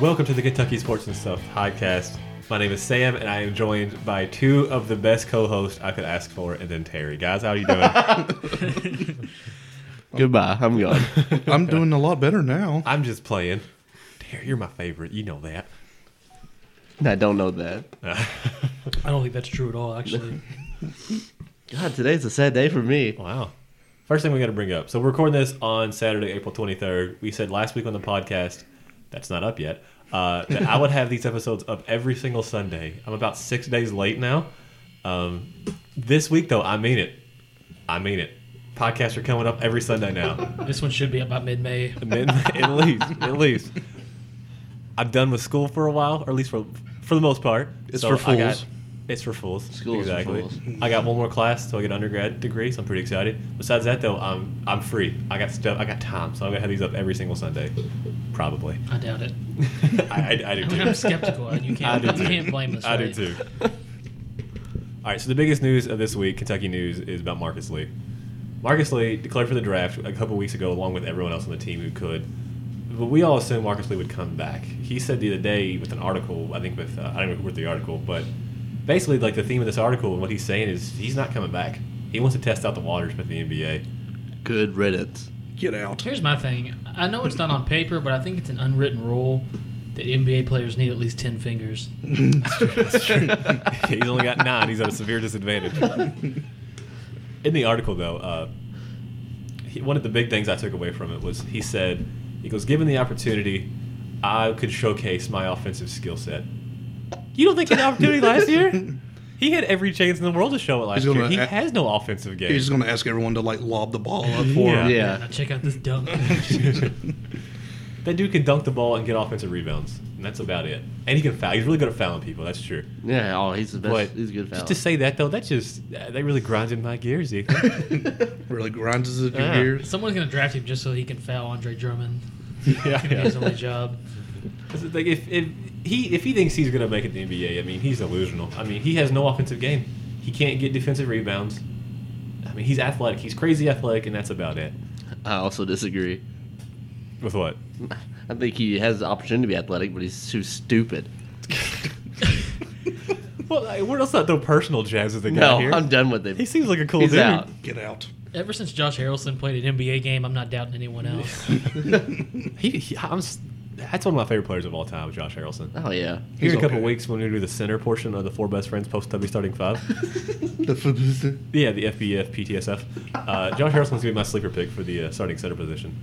Welcome to the Kentucky Sports and Stuff podcast. My name is Sam, and I am joined by two of the best co-hosts I could ask for, and then Terry. Guys, how are you doing? Oh. Goodbye. I'm gone. I'm doing a lot better now. I'm just playing. Terry, you're my favorite. You know that. I don't know that. I don't think that's true at all, actually. God, today's a sad day for me. Wow. First thing we got to bring up. So we're recording this on Saturday, April 23rd. We said last week on the podcast, that's not up yet, uh, that I would have these episodes up every single Sunday. I'm about six days late now. Um, this week, though, I mean it. I mean it. Podcasts are coming up every Sunday now. this one should be up by mid May. Min- at least, at least. I'm done with school for a while, or at least for for the most part. It's for I got- fools. it's for fools. School is for exactly. fools. I got one more class till I get an undergrad degree, so I'm pretty excited. Besides that, though, I'm I'm free. I got stuff. I got time, so I'm gonna have these up every single Sunday, probably. I doubt it. I, I, I do I mean, too. I'm skeptical. and You I can't, do you too. can't blame us. I do right? too. All right, so the biggest news of this week, Kentucky news, is about Marcus Lee. Marcus Lee declared for the draft a couple weeks ago, along with everyone else on the team who could. But we all assumed Marcus Lee would come back. He said the other day with an article, I think with uh, I don't remember the article, but basically like the theme of this article and what he's saying is he's not coming back. He wants to test out the waters with the NBA. Good riddance. Get out. Here's my thing. I know it's not on paper, but I think it's an unwritten rule that NBA players need at least 10 fingers. he's only got nine. He's at a severe disadvantage. In the article, though, uh, he, one of the big things I took away from it was he said, he goes, given the opportunity, I could showcase my offensive skill set. You don't think he had the opportunity last year? He had every chance in the world to show it last He's gonna year. He a- has no offensive game. He's just gonna ask everyone to like lob the ball up for Yeah. him. Yeah. Now check out this dunk. that dude can dunk the ball and get offensive rebounds, and that's about it. And he can foul. He's really good at fouling people. That's true. Yeah. Oh, he's the best. But he's a good foul. Just to say that though, that just that really grinded my gears. Ethan. Really grinds his Yeah. ears. Someone's going to draft him just so he can foul Andre Drummond. yeah, It's his only job. It's Like if, if he if he thinks he's gonna make it to the NBA, I mean he's delusional. I mean he has no offensive game. He can't get defensive rebounds. I mean he's athletic. He's crazy athletic, and that's about it. I also disagree. With what? I think he has the opportunity to be athletic, but he's too stupid. Well, like, we're also not throw personal jabs at the guy No, here. I'm done with him. he seems like a cool he's dude. out. Get out. Ever since Josh Harrelson played an NBA game, I'm not doubting anyone else. He, he- I'm. s- That's one of my favorite players of all time, Josh Harrelson. Oh yeah. Here in a He's couple okay. weeks when we do the center portion of the four best friends post W starting five. The yeah, the FBF PTSF. Uh, Josh Harrelson's gonna be my sleeper pick for the uh, starting center position.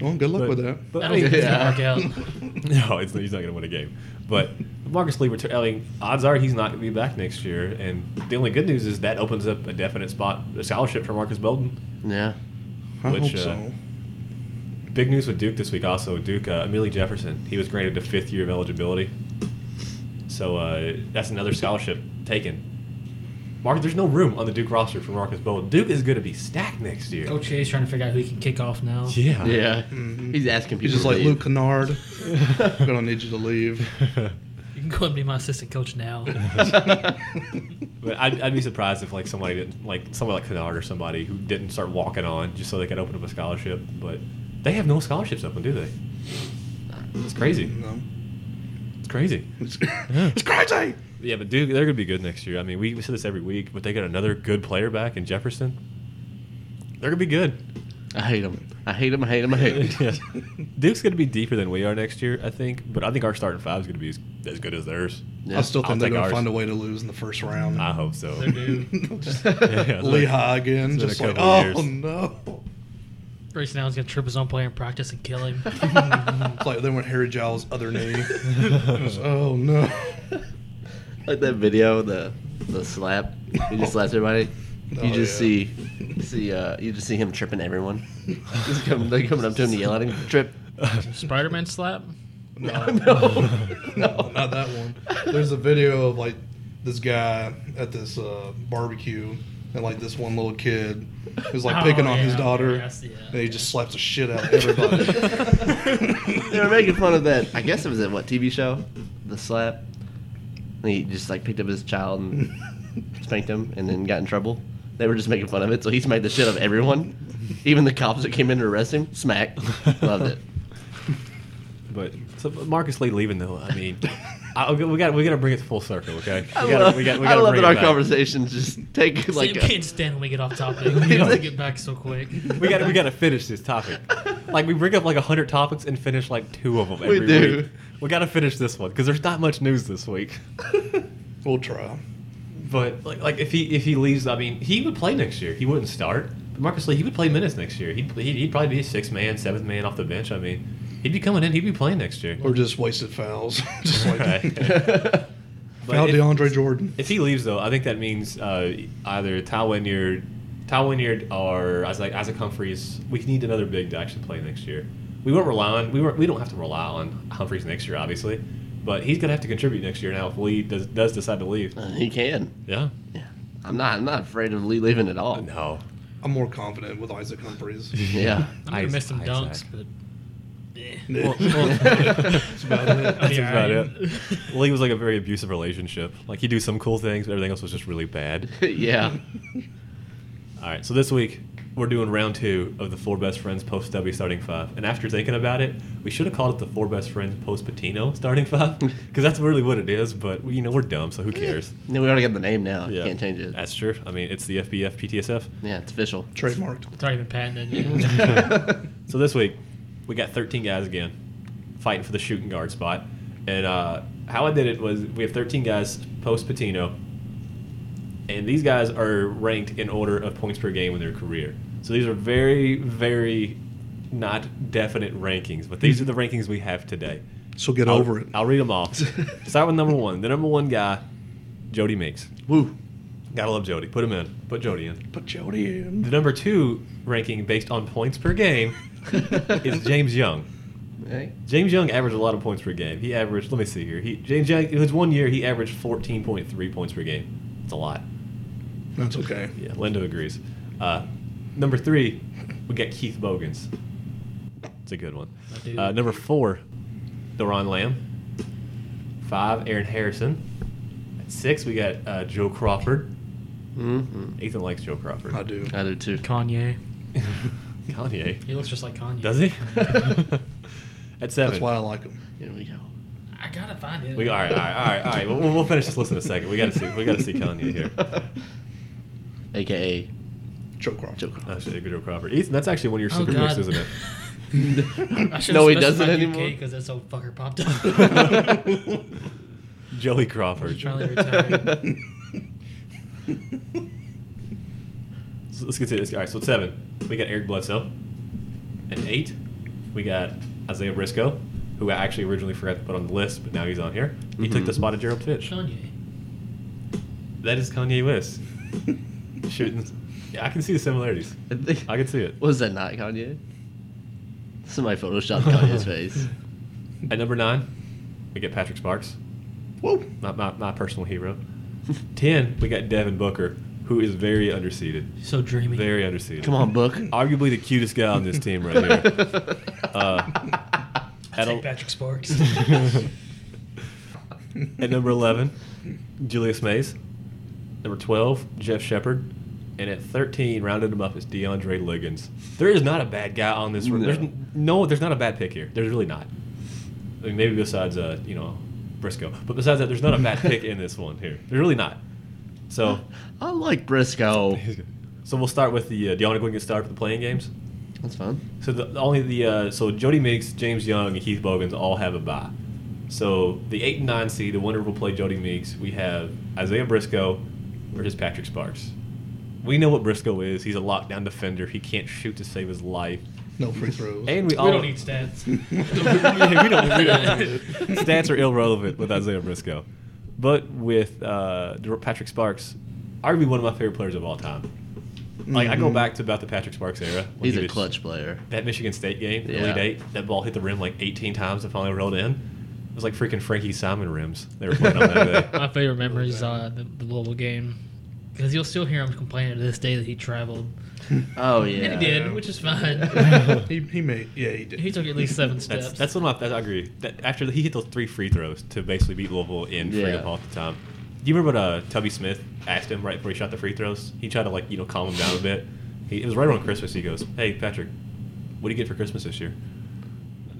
well, good luck But- with that. but I I don't think mean- it's Yeah. going to work out. No, it's, he's not going to win a game. But Marcus Lee, retur- I mean, odds are he's not going to be back next year. And the only good news is that opens up a definite spot, a scholarship for Marcus Bolden. Yeah. I Which, hope uh, so. Big news with Duke this week also. Duke, uh, Amelie Jefferson, he was granted a fifth year of eligibility. So uh, that's another scholarship taken. Mark, there's no room on the Duke roster for Marcus Bolden. Duke is going to be stacked next year. Coach A's trying to figure out who he can kick off now. Yeah. Yeah. He's asking people. Mm-hmm. He's just to like leave. Luke Kennard. I'm gonna need you to leave. You can go and be my assistant coach now. But I'd, I'd be surprised if like somebody didn't like somebody like Kennard or somebody who didn't start walking on just so they could open up a scholarship. But they have no scholarships open, do they? It's crazy. No. It's crazy. It's, it's crazy. Yeah, but Duke, they're gonna be good next year. I mean, we, we said this every week, but they got another good player back in Jefferson. They're gonna be good. I hate him. I hate him. I hate him. I hate him. Yeah. Duke's gonna be deeper than we are next year, I think. But I think our starting five is gonna be as, as good as theirs. Yeah. I still I'll think they're take gonna ours. find a way to lose in the first round. I hope so. They're due. Just Yeah, it's like- Lehigh again. it's been a Just like, couple oh years. no. Grayson Allen's gonna trip his own player in practice and kill him. It's like they went Harry Giles' other knee. Just, oh no. like that video, the the slap. He just slaps everybody. Oh, You just yeah. see, see, uh, you just see him tripping everyone. Just come, they're coming up to him to yell at him. Trip. Spider Man slap? No, no, not that one. There's a video of like this guy at this uh, barbecue, and like this one little kid who's like Oh, picking on his yeah, daughter, yeah, I see that. and he just slaps the shit out of everybody. They were making fun of that. I guess it was at what TV show, the slap. And he just like picked up his child and spanked him, and then got in trouble. They were just making fun of it, so he smacked the shit out of everyone, even the cops that came in to arrest him. Smack. Loved it. But so but Marcus Lee leaving though, I mean, I, we got we got to bring it to full circle, okay? We got we got we I got to love bring that our it back. conversations just take So like you a- can't stand when we get off topic. We have to get back so quick. We got we got to finish this topic. Like we bring up like hundred topics and finish like two of them We every do. week. We got to finish this one because there's not much news this week. We'll try. But like, like if he if he leaves, I mean, he would play next year. He wouldn't start. But Marcus Lee, he would play minutes next year. He'd he'd, he'd probably be a sixth man, seventh man off the bench. I mean, he'd be coming in. He'd be playing next year. Or just wasted fouls. just like Right. But foul if- DeAndre Jordan. If he leaves, though, I think that means uh, either Ty Winyard, Ty Winyard, or Isaac, Isaac Humphreys. We need another big to actually play next year. We weren't relying. We weren't. We don't have to rely on Humphreys next year, obviously, but he's gonna have to contribute next year now if Lee does, does decide to leave. Uh, he can. Yeah. Yeah. I'm not. I'm not afraid of Lee leaving at all. No. I'm more confident with Isaac Humphries. Yeah. I'm gonna Ice- miss some ice dunks, act. but eh. Well, well, That's about it. That's Yeah, about I- it. Lee was like a very abusive relationship. Like he'd do some cool things, but everything else was just really bad. yeah. All right, so this week we're doing round two of the four best friends post W starting five. And after thinking about it, we should have called it the four best friends post Patino starting five because that's really what it is. But you know we're dumb, so who cares? No, we already got the name now. Can't change it. That's true. I mean, it's the FBF PTSF. yeah, it's official. Trademarked. It's already been patented. So this week, we got 13 guys again fighting for the shooting guard spot. And uh, how I did it was we have 13 guys post Patino, and these guys are ranked in order of points per game in their career. So these are very, very not definite rankings, but these are the rankings we have today. So get I'll- over it. I'll read them off. Start with number one. The number one guy, Jody Meeks. Woo. Gotta love Jody. Put him in. Put Jody in. Put Jody in. The number two ranking based on points per game is James Young. Hey. James Young averaged a lot of points per game. He averaged, let me see here. He James Young, it was one year he averaged 14.3 points per game. It's a lot. That's okay. Yeah, Linda agrees. Uh, number three, we got Keith Bogans. It's a good one. My dude. Uh, number four, Deron Lamb. Five, Aaron Harrison. At six, we got uh, Joe Crawford. hmm Ethan likes Joe Crawford. I do. I do too. Kanye. Kanye. He looks just like Kanye. Does he? At seven. That's why I like him. Here we go. I gotta find it. We all right, all right, all right, all right. We'll, we'll finish this list in a second. We gotta see, we gotta see Kanye here. AKA Joe Crawford. Joe Crawford. That's Edgar Crawford. Ethan, that's actually one of your Oh, super God. picks, isn't it? no, he doesn't anymore. Because that old fucker popped up. Joey Crawford. Charlie retired. So let's get to this. All right, so at seven, we got Eric Bledsoe. At eight, we got Isaiah Briscoe, who I actually originally forgot to put on the list, but now he's on here. He took the Mhm. spot of Gerald Fish. Kanye. That is Kanye West. Shooting. Yeah, I can see the similarities. I can see it. Was that not Kanye? Somebody photoshopped Kanye's face. At number nine, we get Patrick Sparks. Whoa. my, my, my personal hero. Ten, we got Devin Booker, who is very underseeded. So dreamy. Very underseeded. Come on, book. Arguably the cutest guy on this team right here. Uh, At, Take a, Patrick Sparks. at number 11, Julius Mays. Number 12, Jeff Shepard. And at 13, rounded him up is DeAndre Liggins. There is not a bad guy on this. No, No. there's, n- no, there's not a bad pick here. There's really not. I mean, maybe besides, uh, you know, Briscoe. But besides that, there's not a bad pick in this one here. There's really not. So I like Briscoe. So we'll start with the. Uh, do you want to go and get started with the playing games? That's fun. So the only the uh, so Jody Meeks, James Young, and Heath Bogans all have a bye. So the eight and nine seed, the winner will play Jody Meeks. We have Isaiah Briscoe versus Patrick Sparks. We know what Briscoe is. He's a lockdown defender. He can't shoot to save his life. No free throws. And we, we all don't need stats. Oh. Yeah, we don't- we don't- Stats are irrelevant with Isaiah Briscoe, but with uh, Patrick Sparks, arguably one of my favorite players of all time. Like I go Mhm. back to about the Patrick Sparks era. when Mm-hmm. He's he a was- clutch player. That Michigan State game, the Yeah. Elite Eight, that ball hit the rim like 18 times and finally rolled in. It was like freaking Frankie Simon rims they were playing on that day. My favorite memory is uh, the, the Louisville game. Because you'll still hear him complaining to this day that he traveled. Oh And yeah. he did, which is fine. he, he made. Yeah, he did. he took at least seven steps. That's, that's one of my. That's, I agree. That after he hit those three free throws to basically beat Louisville in Yeah. freedom all the time. Do you remember what uh, Tubby Smith asked him right before he shot the free throws? He tried to like you know calm him down a bit. He, it was right around Christmas. He goes, "Hey Patrick, what do you get for Christmas this year?"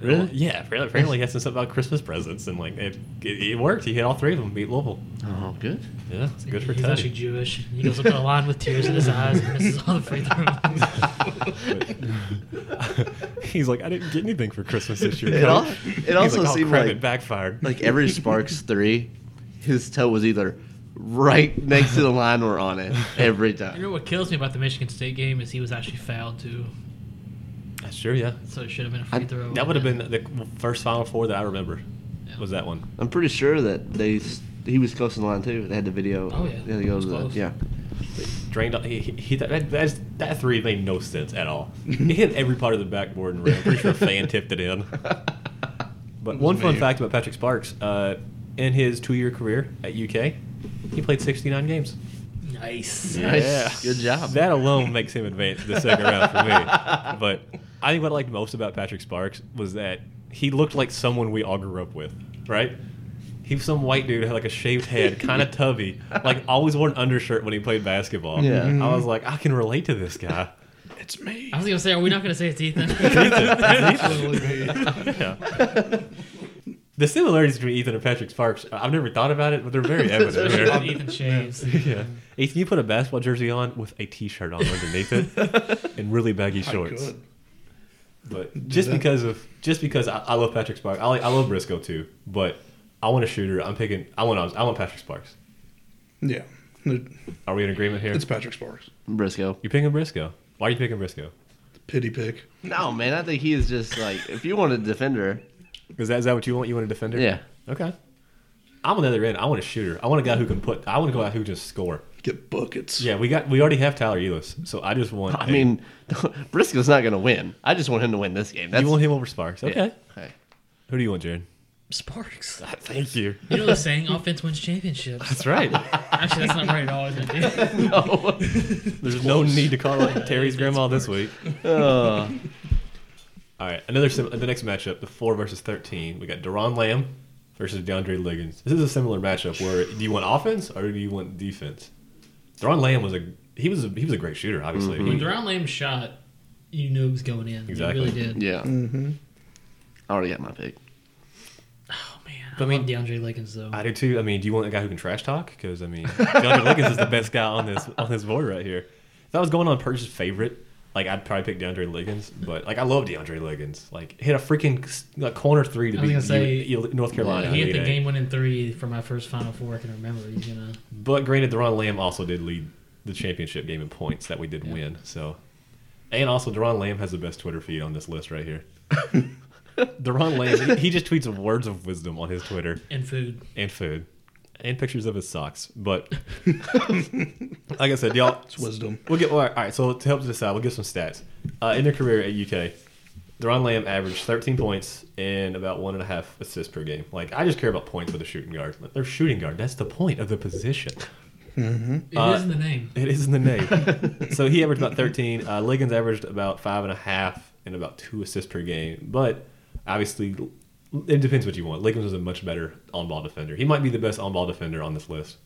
Really? Yeah, apparently, apparently he had some stuff about Christmas presents, and like it, it, it worked. He hit all three of them, beat Louisville. Oh, good. Yeah, it's good for He's actually Teddy. Jewish. He goes up to the line with tears in his eyes and misses all the free But- He's like, I didn't get anything for Christmas this year. It Coach." al- it He's also like, "Oh, seemed crap, like- it backfired. Like every Sparks three, his toe was either right next to the line we're on it every You know time. what kills me about the Michigan State game is he was actually fouled too, sure, yeah. so it should have been a free I- throw. That would have been the first Final Four that I remember. Was that one? I'm pretty sure that they s- he was close to the line too. They had the video. Oh, yeah. They had to He go was to the, close. yeah. drained. All, he, he, he- that, that, that three made no sense at all. He hit every part of the backboard and ran. I'm pretty sure a fan tipped it in. But It was one fun me. fact about Patrick Sparks: uh, in his two-year career at UK, he played 69 games. nice. Nice. Good job. That alone makes him advance to the second round for me. But I think what I liked most about Patrick Sparks was that he looked like someone we all grew up with, right? He was some white dude who had like a shaved head, kind of tubby, like always wore an undershirt when he played basketball. Yeah. I was like, I can relate to this guy. It's me. I was gonna say, are we not gonna say it's Ethan? It's Ethan. literally me. Yeah. The similarities between Ethan and Patrick Sparks, I- I've never thought about it, but they're very evident. Especially here. when Ethan shaves. Yeah. Ethan, you put a basketball jersey on with a t-shirt on underneath it and really baggy I shorts. could. But just that. because of just because I, I love Patrick Sparks, I like I love Briscoe too. But I want a shooter. I'm picking. I want. I want Patrick Sparks. Yeah. It- Are we in agreement here? It's Patrick Sparks. Briscoe. You're picking Briscoe. Why are you picking Briscoe? Pity pick. No, man. I think he is just like if you want a defender. Is that is that what you want? You want a defender? Yeah. Okay. I'm on the other end. I want a shooter. I want a guy who can put. I want to go out who can just score. Get buckets. Yeah, we got. We already have Tyler Elis, so I just want. I a- mean, Briscoe's not going to win. I just want him to win this game. That's you want him over Sparks? Okay. yeah. Hey. Who do you want, Jared? Sparks. Thank you. You know the saying, offense wins championships. That's right. Actually, that's not right at all, is it? No. There's no need to call out Terry's grandma this week. Uh, All right, another sim- the next matchup, the four versus thirteen. We got Deron Lamb versus DeAndre Liggins. This is a similar matchup where do you want offense or do you want defense? Deron Lamb was a he was a, he was a great shooter, obviously. When Deron Lamb shot, you knew it was going in. Exactly. You really did. yeah. Mm-hmm. I already got my pick. Oh man, But, I I mean- love DeAndre Liggins though. I do too. I mean, do you want a guy who can trash talk? Because I mean, DeAndre Liggins is the best guy on this on this board right here. If I was going on Purge's favorite, like I'd probably pick DeAndre Liggins. But like I love DeAndre Liggins. Like hit a freaking like, corner three to I was beat gonna say, U- U- North Carolina. he in hit the Elite Eight. game winning three for my first Final Four. I can remember. He's gonna. But granted, Deron Lamb also did lead the championship game in points that we did win. So, and also Deron Lamb has the best Twitter feed on this list right here. Deron Lamb, he just tweets words of wisdom on his Twitter And food. and food and pictures of his socks. But like I said, y'all, It's wisdom. we'll get all right, all right. So to help us decide, we'll give some stats. Uh, in their career at UK, Deron Lamb averaged 13 points and about one and a half assists per game. Like I just care about points with a shooting guard. Like, they're shooting guard. That's the point of the position. It Uh, is in the name. It is in the name. so he averaged about 13. Uh, Liggins averaged about five and a half and about two assists per game. But obviously, it depends what you want. Liggins was a much better on ball defender. He might be the best on ball defender on this list.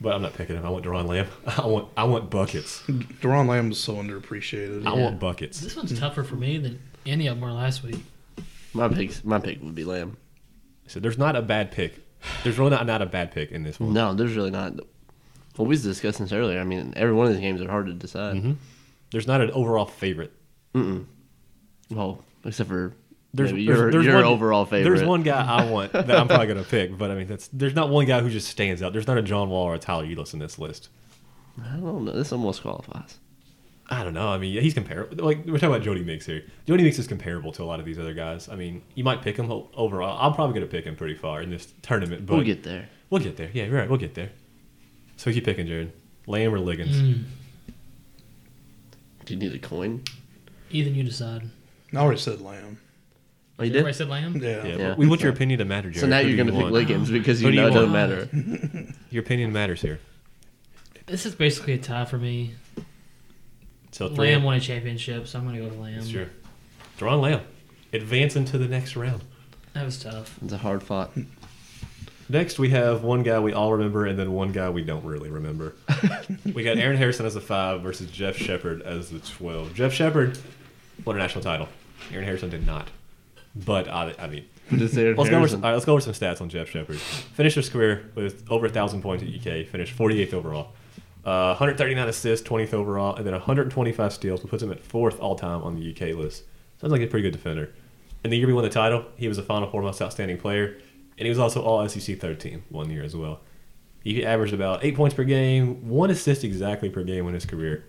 But I'm not picking him. I want Deron Lamb. I want I want buckets. Deron Lamb is so underappreciated. I want buckets. This one's tougher for me than any of them were last week. My pick. My pick would be Lamb. So there's not a bad pick. There's really not, not a bad pick in this one. No, there's really not. Well, we was discussing this earlier. I mean, every one of these games are hard to decide. Mm-hmm. There's not an overall favorite. Well, except for There's, maybe there's- your, there's your one- overall favorite. There's one guy I want that I'm probably gonna pick, but I mean that's there's not one guy who just stands out. There's not a John Wall or a Tyler Ulis in this list. I don't know. This almost qualifies. I don't know. I mean, yeah, he's comparable. Like we're talking about Jody Mix here. Jody Mix is comparable to a lot of these other guys. I mean, you might pick him o- overall. I'm probably gonna pick him pretty far in this tournament, but we'll get there. we'll get there. Yeah, you're right. We'll get there. So who you picking, Jared? Lamb or Liggins? Do you need a coin? Ethan, you decide. I already said Lamb. Oh, you Everybody did. said Lamb. Yeah. Yeah, Yeah. we want your opinion to matter, Jared. So now Who you're do gonna you pick want? Liggins because you Who do know you it doesn't want? matter. Your opinion matters here. This is basically a tie for me. So Oh, three. Lamb won a championship, so I'm gonna go with Lamb. Sure. Deron Lamb advancing to the next round. That was tough. It's a hard fought. Next, we have one guy we all remember and then one guy we don't really remember. we got Aaron Harrison as the five versus Jeff Shepard as the 12. Jeff Shepard won a national title. Aaron Harrison did not. But I, I mean, Just Aaron let's go, over Harrison. some, all right, let's go over some stats on Jeff Shepard. Finished his career with over 1,000 points at UK, finished 48th overall. Uh, 139 assists, 20th overall, and then 125 steals, which puts him at fourth all time on the UK list. Sounds like a pretty good defender. And the year we won the title, he was the final four most outstanding player, and he was also all SEC third team one year as well. He averaged about eight points per game, one assist exactly per game in his career.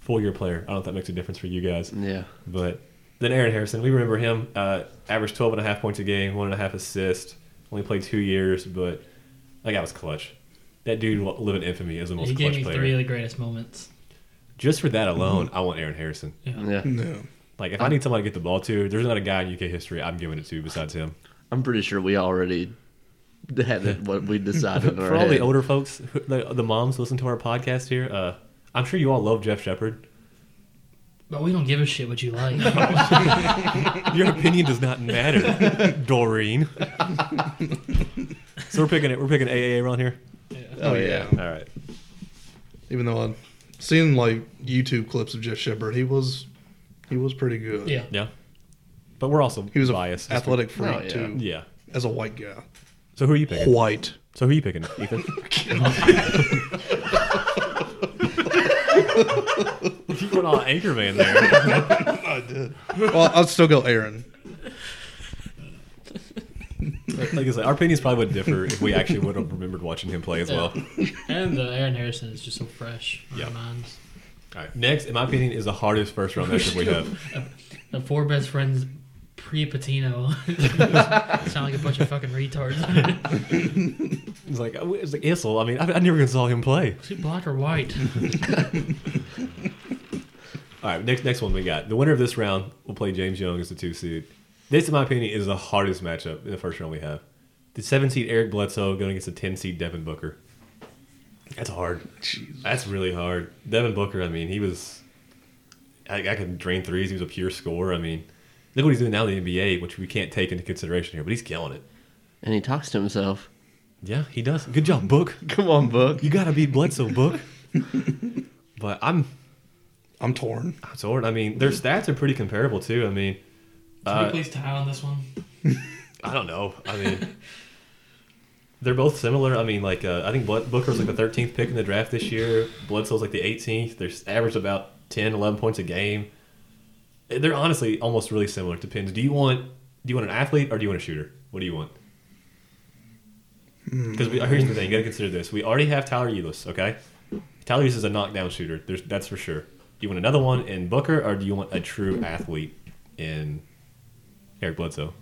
Full year player. I don't know if that makes a difference for you guys. Yeah. But then Aaron Harrison, we remember him. Uh, averaged 12 and a half points a game, one and a half assists. Only played two years, but that guy was clutch. That dude will live in infamy as the most he gave clutch me player. three Mm-hmm. of the greatest moments. Just for that alone, I want Aaron Harrison. Yeah. No. Like, if I need somebody to get the ball to, there's not a guy in UK history I'm giving it to besides him. I'm pretty sure we already had it, what we decided. in our For all the head. older folks, who- the, the moms listen to our podcast here, uh, I'm sure you all love Jeff Shepard. But we don't give a shit what you like. Your opinion does not matter, Doreen. so we're picking it. We're picking AAA around here. Oh, yeah. All right. Even though I've seen like YouTube clips of Jeff Shepard, he was he was pretty good. yeah. Yeah. But we're also He was a biased. athletic freak Oh, yeah. too. Yeah. As a white guy. So who are you picking? White. So who are you picking, Ethan? you went all Anchorman there. I did. Well, I'll still go Aaron. Like I said, our opinions probably would differ if we actually would have remembered watching him play as well. All And uh, Aaron Harrison is just so fresh in Yeah. our minds. right. Next, in my opinion, is the hardest first round matchup we have. The four best friends pre Patino sound like a bunch of fucking retards. It's like it's like Issel. I mean, I, I never even saw him play. Is he black or white? All right, next next one we got. The winner of this round will play James Young as the two seed. This, in my opinion, is the hardest matchup in the first round we have. The seven seed Eric Bledsoe going against the ten seed Devin Booker. That's hard. That's really hard. Devin Booker. I mean, he was. I, I could drain threes. He was a pure scorer. I mean, look what he's doing now in the NBA, which we can't take into consideration here. But he's killing it. and he talks to himself. Yeah, he does. Good job, Book. Come on, Book. You gotta beat Bledsoe, Book. but I'm I'm torn. I'm torn. I mean, their stats are pretty comparable too. I mean, Can Uh, we please tie on this one? I don't know. I mean, they're both similar. I mean, like uh, I think Blood- Booker's like the 13th pick in the draft this year. Bledsoe's like the 18th. They're s- average about 10, 11 points a game. Eh, They're honestly almost really similar. It depends. Do you want do you want an athlete or do you want a shooter? What do you want? Because here's the thing, you got to consider this. We already have Tyler Ulis, okay? Tyler Ulis is a knockdown shooter. There's, that's for sure. Do you want another one in Booker or do you want a true athlete in Eric Bledsoe?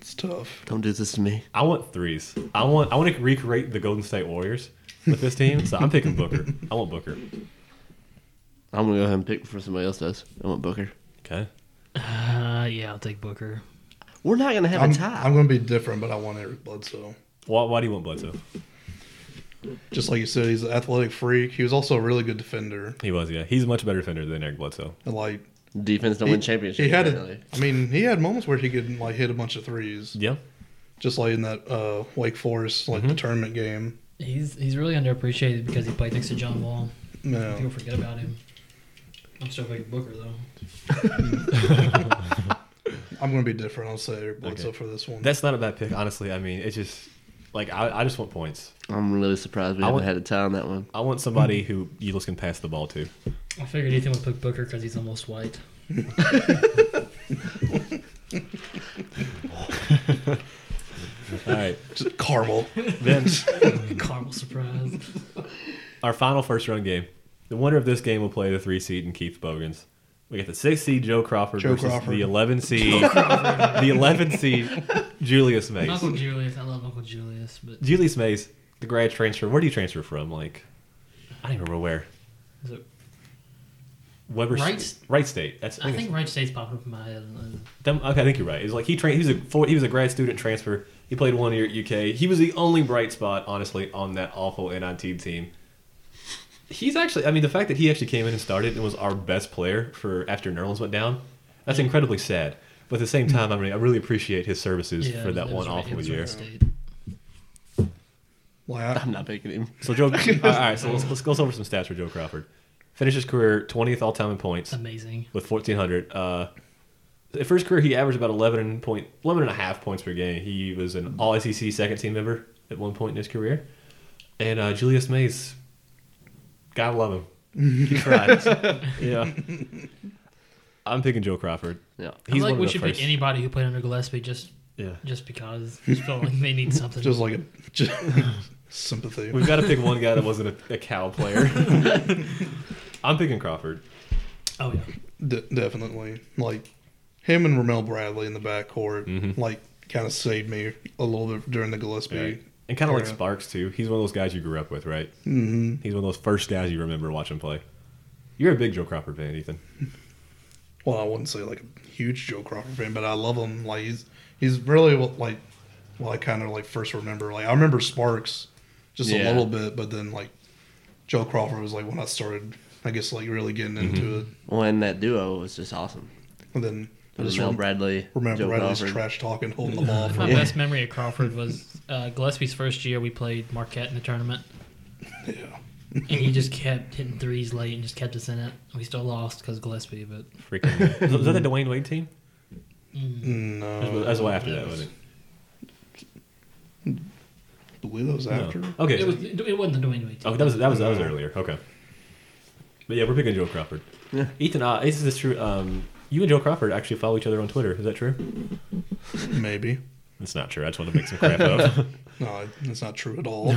It's tough. Don't do this to me. I want threes. I want I want to recreate the Golden State Warriors with this team. So I'm picking Booker. I want Booker. I'm gonna go ahead and pick before somebody else does. I want Booker. Okay. Uh, yeah, I'll take Booker. We're not gonna have I'm, a tie. I'm going to be different, but I want Eric Bledsoe. Why, why do you want Bledsoe? Just like you said, he's an athletic freak. He was also a really good defender. He was yeah. He's a much better defender than Eric Bledsoe. And like Defense don't he, win championships. he had, a, apparently. I mean, he had moments where he could like hit a bunch of threes, Yeah. just like in that uh, Wake Forest like the tournament game. He's he's really underappreciated because he played next to John Wall. People No, forget about him. I'm still picking Booker though. I'm going to be different. I'll say Eric Bledsoe Okay. for this one. That's not a bad pick, honestly. I mean, it's just like I, I just want points. I'm really surprised we I haven't want- had a tie on that one. I want somebody who Euless can pass the ball to. I figured Ethan would pick Booker because he's almost white. All right. Just caramel. Then Caramel surprise. our final first round game. The winner of this game will play the three seed and Keith Bogans. We got the six seed Joe Crawford Joe versus Crawford. the eleven seed the eleven seed Julius Mays. Uncle Julius. I love Uncle Julius, but Julius Mays, the grad transfer. Where do you transfer from? Like, I don't even remember where. is it, Weber Wright? State. Wright State. That's. I think Wright State's popping up in my head. and- it's- them- okay, I think you're right. It's like he trained. He was a for- he was a grad student transfer. He played one year at UK. He was the only bright spot, honestly, on that awful NIT team. He's actually. I mean, the fact that he actually came in and started and was our best player for after Nerlens went down, that's incredibly sad. But at the same time, I mean, I really appreciate his services Hmm. Yeah, for that it was one Wright- it awful was year. Wright State. Like, I, I'm not picking him. So Joe, all right, all right, so let's, let's go over some stats for Joe Crawford. Finished his career 20th all time in points Amazing. with 1400. Uh, at first career, he averaged about 11 point, 11 and a half points per game. He was an All SEC second team member at one point in his career. And uh, Julius Mays, gotta love him. He tried. yeah. I'm picking Joe Crawford. Yeah. He's I feel one like of we the should first. pick anybody who played under Gillespie just Yeah. just because. Just feel like they need something. Just like a just sympathy. We've got to pick one guy that wasn't a, a Cal player. I'm picking Crawford. oh yeah, De- definitely. Like him and Ramel Bradley in the backcourt, Mm-hmm. like kind of saved me a little bit during the Gillespie. Right. And kind of like Yeah. Sparks, too. He's one of those guys you grew up with, right? Mm-hmm. He's one of those first guys you remember watching play. You're a big Joe Crawford fan, Ethan. Well, I wouldn't say like a huge Joe Crawford fan, but I love him. Like he's he's really what like well I kind of like first remember. Like I remember Sparks just a Yeah. little bit, but then like Joe Crawford was like when I started, I guess like really getting into Mm-hmm. it. When that duo was just awesome. And then I just Mel rem- Bradley, remember Joe Bradley's Crawford. trash talking, holding the ball. For my best memory of Crawford was uh, Gillespie's first year. We played Marquette in the tournament, yeah. and he just kept hitting threes late and just kept us in it. We still lost because Gillespie, but Freaking. was that the Dwayne Wade team? That No, was, that was way after that, wasn't it? I believe that was Uh, after. No. Okay. it was it wasn't the Dwayne Wade. team. oh, that was that was that was earlier. Okay. But yeah, we're picking Joe Crawford. Yeah. Ethan, uh, this is this true. Um, you and Joe Crawford actually follow each other on Twitter. Is that true? Maybe. That's not true. I just wanted to make some crap up. All No, that's not true at all.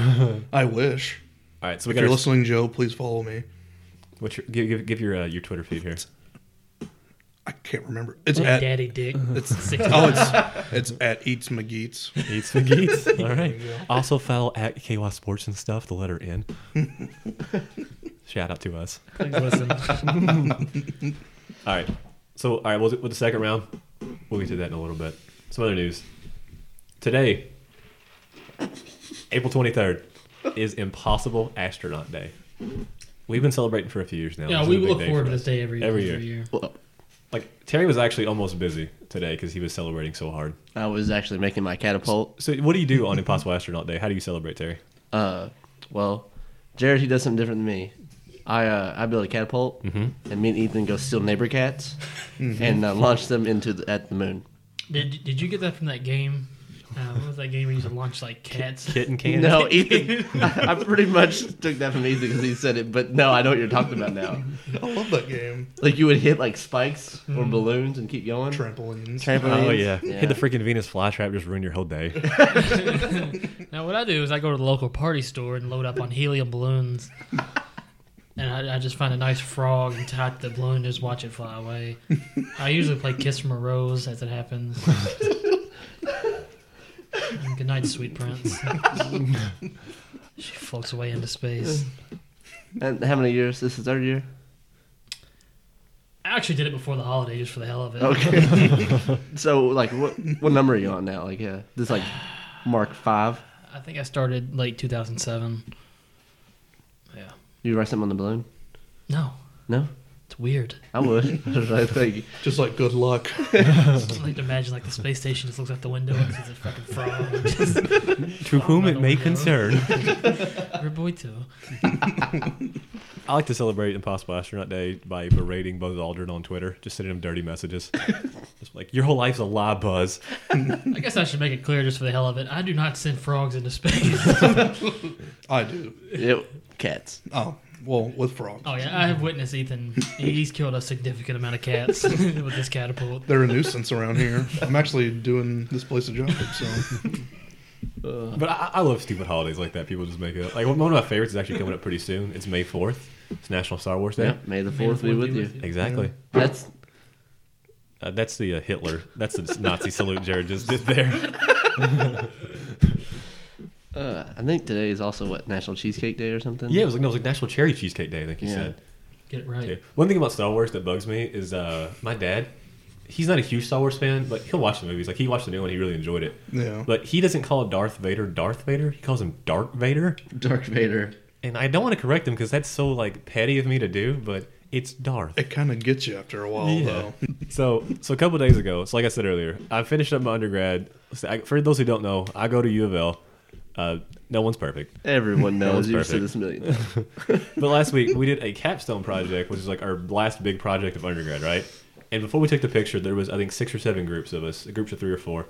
I wish. right, so we If got you're our, listening, Joe, please follow me. what's your, give, give give your uh, your Twitter feed here. I can't remember. It's Like at Daddy Dick. it's Six oh it's it's at Eats McGeats. Eats and Geeks. All right. Also follow at KY Sports and stuff. The letter N. Shout out to us. Please listen. All right. So, all right, we'll do, with the second round, we'll get to that in a little bit. Some other news. Today, April 23rd, is Impossible Astronaut Day. We've been celebrating for a few years now. Yeah, This is we a big look day forward for to this us. day every, Every year. every year. Well, Like, Terry was actually almost busy today because he was celebrating so hard. I was actually making my catapult. So, what do you do on Impossible Astronaut Day? How do you celebrate, Terry? Uh, well, Jared, he does something different than me. I uh, I build a catapult, and me and Ethan go steal neighbor cats and uh, launch them into the, at the moon. Did, did you get that from that game? Uh, what was that game where you used to launch like cats? Kitten can? No, Ethan, I pretty much took that from Ethan because he said it. But no, I know what you're talking about now. I love that game. Like you would hit like spikes or balloons and keep going. Trampolines. Trampolines. Oh, yeah. Yeah. Hit the freaking Venus flytrap, just ruin your whole day. Now what I do is I go to the local party store and load up on helium balloons, and I, I just find a nice frog and tie it to the balloon and just watch it fly away. I usually play Kiss from a Rose as it happens. And Good night, sweet prince. she floats away into space. And how many years? This is third year. I actually did it before the holiday just for the hell of it. Okay. so like, what what number are you on now? Like, uh, this like mark five. I think I started late 2007. Yeah. You write something on the balloon? No, No, it's weird. I would. I think. Uh, Just like good luck. I just like to imagine like the space station just looks out the window and sees a fucking frog. Just, to whom it may Another concern. one, yeah. Roboito. I like to celebrate Impossible Astronaut Day by berating Buzz Aldrin on Twitter, just sending him dirty messages. just like, your whole life's a lie, Buzz. I guess I should make it clear just for the hell of it. I do not send frogs into space. I do. Ew. Cats. Oh, well, with frogs. oh yeah, I have witnessed Ethan. He's killed a significant amount of cats with this catapult. They're a nuisance around here. I'm actually doing this place a job, so But I, I love stupid holidays like that. People just make it up. Like, one of my favorites is actually coming up pretty soon. It's May 4th. It's National Star Wars Day. Yeah. May the fourth be with you. Exactly. That's Uh, that's the uh, Hitler. That's the Nazi salute Jared just did there. Uh, I think today is also what National Cheesecake Day or something. Yeah, it was like, no, it was like National Cherry Cheesecake Day, I think you Yeah. said. Get it right. Yeah. One thing about Star Wars that bugs me is uh, my dad. He's not a huge Star Wars fan, but he'll watch the movies. Like he watched the new one, he really enjoyed it. Yeah. But he doesn't call Darth Vader Darth Vader. He calls him Dark Vader, Dark Vader. and I don't want to correct him because that's so like petty of me to do. But it's Darth. it kind of gets you after a while, Yeah. though. so so a couple days ago, so like I said earlier, I finished up my undergrad. So I, for those who don't know, I go to U of L. Uh, no one's perfect. Everyone was knows you're perfect. this million. But last week we did a capstone project, which is like our last big project of undergrad, right? And before we took the picture, there was I think six or seven groups of us, groups of three or four.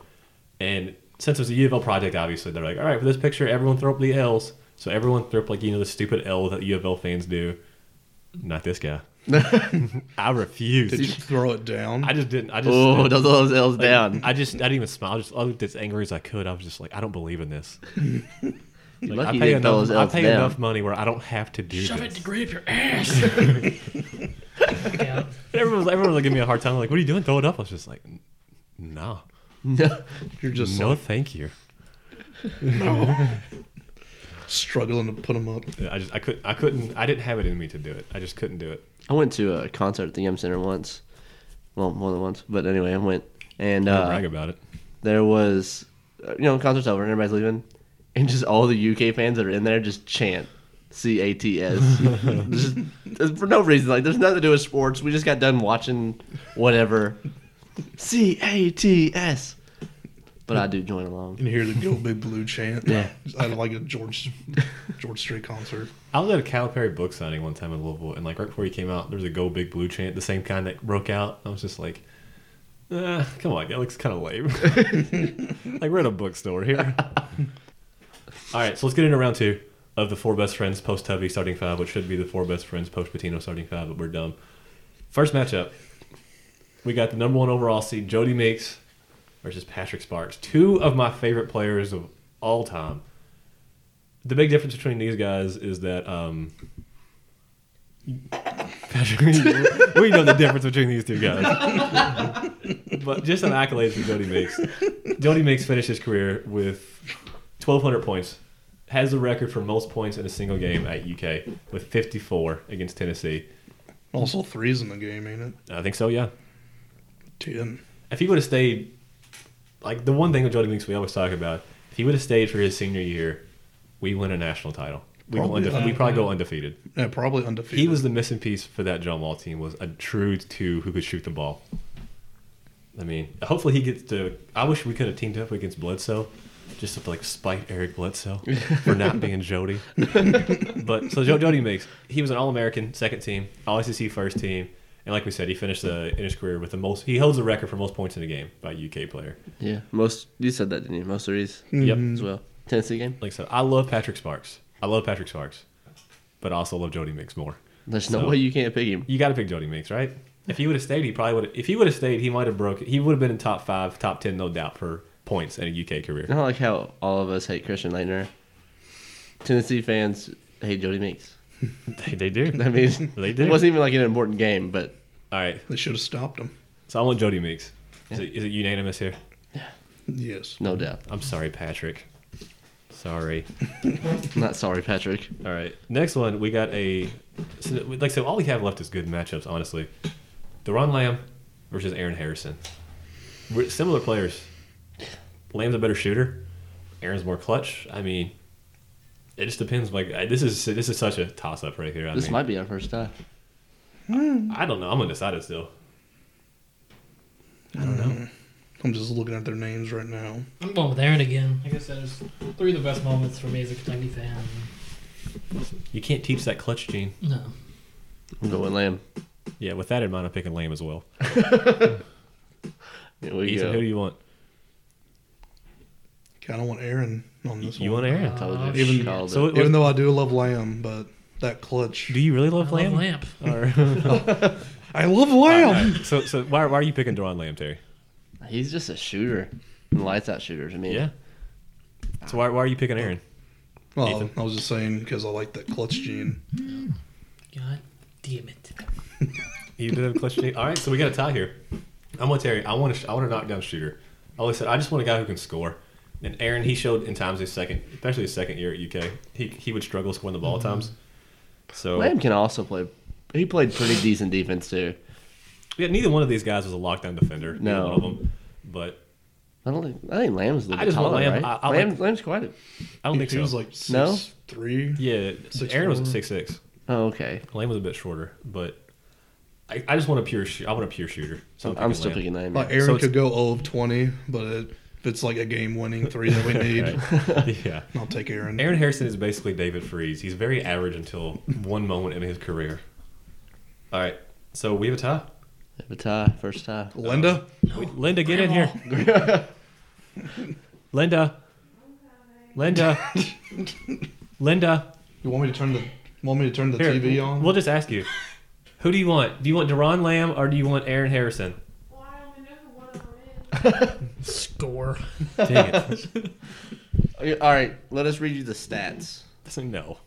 And since it was a U of L project, obviously they're like, all right, for this picture, everyone throw up the L's. So everyone threw up like you know the stupid L that U of L fans do. Not this guy. I refuse. Did you throw it down? I just didn't. I just. Oh, those those L's like, down. I just. I didn't even smile. I just I looked as angry as I could. I was just like, I don't believe in this. You're Like, lucky I you pay didn't throw enough. those I L's pay down. enough money where I don't have to do Shove it this. to grab your ass. yeah. Everyone was, everyone was like, giving me a hard time. Like, what are you doing? Throw it up. I was just like, nah. You're just no, like, thank you. struggling to put them up. I just I couldn't I couldn't I didn't have it in me to do it. I just couldn't do it. I went to a concert at the Yum Center once. Well, more than once, but anyway, I went and I didn't uh, brag about it. there was, uh, you know, concert's over and everybody's leaving, and just all the UK fans that are in there just chant C A T S Just- just for no reason. Like, there's nothing to do with sports. We just got done watching whatever C A T S, but I do join along. And hear the Go Big Blue chant. Yeah. I like a George George Strait concert. I was at a Calipari book signing one time in Louisville, and like right before he came out, there was a "Go Big Blue" chant, the same kind that broke out. I was just like, eh, "Come on, that looks kind of lame." like we're in a bookstore here. All right, so let's get into round two of the four best friends post Tubby starting five, which should be the four best friends post Patino starting five, but we're dumb. First matchup, we got the number one overall seed Jody Meeks versus Patrick Sparks, two of my favorite players of all time the big difference between these guys is that um Patrick, we know the difference between these two guys. but just an accolade for Jody Meeks. Jody Meeks finished his career with 1,200 points. Has the record for most points in a single game at UK with 54 against Tennessee. Also threes in the game, ain't it? I think so, yeah. Ten. if he would have stayed, like the one thing with Jody Meeks we always talk about, if he would have stayed for his senior year, we win a national title. We Probably, go undefe- uh, we probably go undefeated. Yeah, probably undefeated. He was the missing piece for that John Wall team was a true two who could shoot the ball. I mean, hopefully he gets to. I wish we could have teamed up against Bledsoe, just to like spite Eric Bledsoe for not being Jody. but so Jo- Jody makes. He was an All-American, second team, All-SEC first team, and like we said, he finished the in his career with the most. He holds the record for most points in a game by a UK player. Yeah, most you said that didn't you? Most threes Yep. as well. Tennessee game. Like I said, I love Patrick Sparks. I love Patrick Sparks, but I also love Jody Mix more. There's no So- way you can't pick him. You got to pick Jody Mix, right? If he would have stayed, he probably would. If he would have stayed, he might have broke. He would have been in top five, top ten, no doubt, for points in a UK career. Not like how all of us hate Christian Leitner. Tennessee fans hate Jody Meeks. They, they do. I mean, They do. it wasn't even like an important game, but All right. They should have stopped him. So I want Jody Mix. Is, it, is it unanimous here? Yes. no doubt. I'm sorry, Patrick. Sorry. Not sorry, Patrick. All right. Next one, we got a. So, like, so all we have left is good matchups, honestly. Deron Lamb versus Aaron Harrison. We're similar players. Lamb's a better shooter. Aaron's more clutch. I mean, it just depends. Like, I, this is this is such a toss up right here. I This mean, might be our first tie. I don't know. I'm undecided still. I don't know. I'm just looking at their names right now. I'm going with Aaron again. Like I said, it was three of the best moments for me as a Kentucky fan. You can't teach that clutch gene. No. I'm uh, going Lamb. Yeah, with that in mind, I'm picking Lamb as well. Here we Ethan, go. who do you want? Kind of want Aaron on this You one. want Aaron? Told you. Even- Even, called Uh, so so it- Even though I do love Lamb, but that clutch. Do you really I love love Lamb? Lamp. Or- I love All Lamb. right. So, so why, why are you picking Deron Lamb, Terry? he's just a shooter. Lights out shooters. I mean, Yeah. So why, why are you picking Aaron? Well, Ethan. I was just saying because I like that clutch gene. God damn it. You did have a clutch All right, so we got a tie here. I'm with Terry. I want to. I want a knockdown shooter. I always said I just want a guy who can score. And Aaron, he showed in times his second, especially his second year at UK, he he would struggle scoring the ball Mm-hmm. at times. So Lamb can also play. He played pretty decent defense too. yeah, neither one of these guys was a lockdown defender. neither No. one of them. But I don't. Think, I think Lamb's a little I bit just want taller, Lamb. right? I- I like- Lamb, Lamb's quite. A, I don't He, think he so. was like six No? three. yeah, Six Aaron was four. six six. oh, okay. Lane was a bit shorter, but I, I just want a pure. Sh- I want a pure shooter. So I'm, picking still Lamb. picking Lamb. Like yeah. Aaron So it's- could go 0 of 20, but it, if it's like a game winning three that we need, Right. yeah. I'll take Aaron. Aaron Harrison is basically David Freeze. He's very average until one moment in his career. All right, so we have a tie. Have a tie, first tie. Linda? Linda, get in here. Linda. Linda. Linda. You want me to turn the want me to turn the Here, TV on? We'll just ask you. Who do you want? Do you want Deron Lamb or do you want Aaron Harrison? Well, I only know who one of them is. Score. Dang it. Okay, All right, let us read you the stats. That's a no.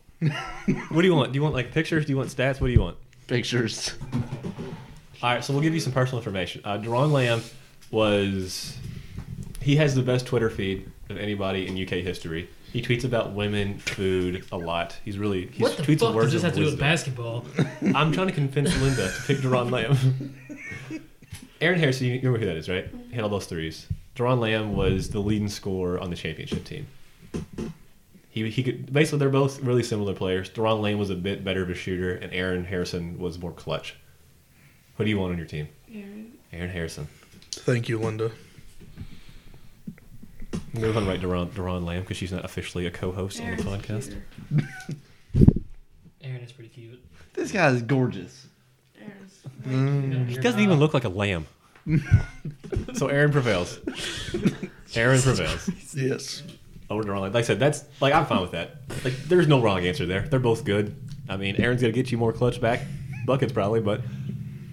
What do you want? Do you want like pictures? Do you want stats? What do you want? Pictures. All right, so we'll give you some personal information. Uh, Deron Lamb was. He has the best Twitter feed of anybody in UK history. He tweets about women, food, a lot. He's really. He What the tweets fuck words does this of have to do wisdom. with basketball? I'm trying to convince Linda to pick Deron Lamb. Aaron Harrison, you remember who that is, right? He had all those threes. Deron Lamb was the leading scorer on the championship team. He, he could basically they're both really similar players. Deron Lamb was a bit better of a shooter, and Aaron Harrison was more clutch. Who do you want on your team? Aaron. Aaron Harrison. Thank you, Linda. I'm going to write Deron, Deron Lamb because she's not officially a co-host on the Aaron's podcast. cuter. Aaron is pretty cute. This guy is gorgeous. Aaron's. Hmm. He doesn't even look like a lamb. so Aaron prevails. Aaron prevails. Yes. over Deron Lamb. Like I said, that's like I'm fine with that. Like there's no wrong answer there. They're both good. I mean, Aaron's gonna get you more clutch back buckets probably, but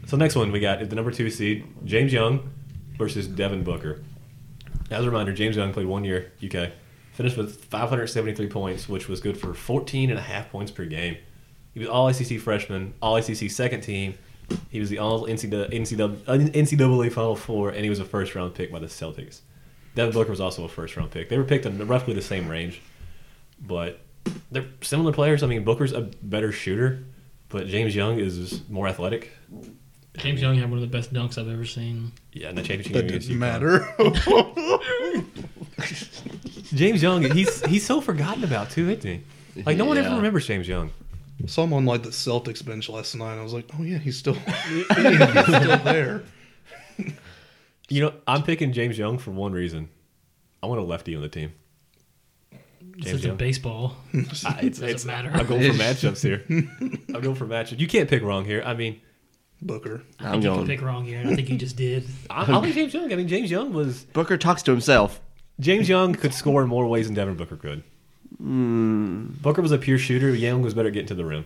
so next one we got is the number two seed James Young versus Devin Booker. As a reminder, James Young played one year UK, finished with 573 points, which was good for 14 and a half points per game. He was all ACC freshman, all ACC second team. He was the all NCAA, NCAA Final Four, and he was a first round pick by the Celtics. Devin Booker was also a first round pick. They were picked in roughly the same range, but they're similar players. I mean, Booker's a better shooter, but James Young is more athletic. James Young had one of the best dunks I've ever seen. Yeah, in the championship That game against didn't UConn. matter. James Young, he's he's so forgotten about too, isn't he? Like no one ever Yeah. remembers James Young. Someone like the Celtics bench last night. I was like, oh yeah, he's still he's still there. You know, I'm picking James Young for one reason. I want a lefty on the team. It's James just a Young. baseball. I, it's, Doesn't it's, matter. I'm going for matchups here. I'm going for matchups. You can't pick wrong here. I mean, Booker. I I'm think you going- can pick wrong here, and I think you just did. I, I like James Young. I mean, James Young was Booker talks to himself. James Young could score in more ways than Devin Booker could. Booker was a pure shooter. Young was better at getting to the rim.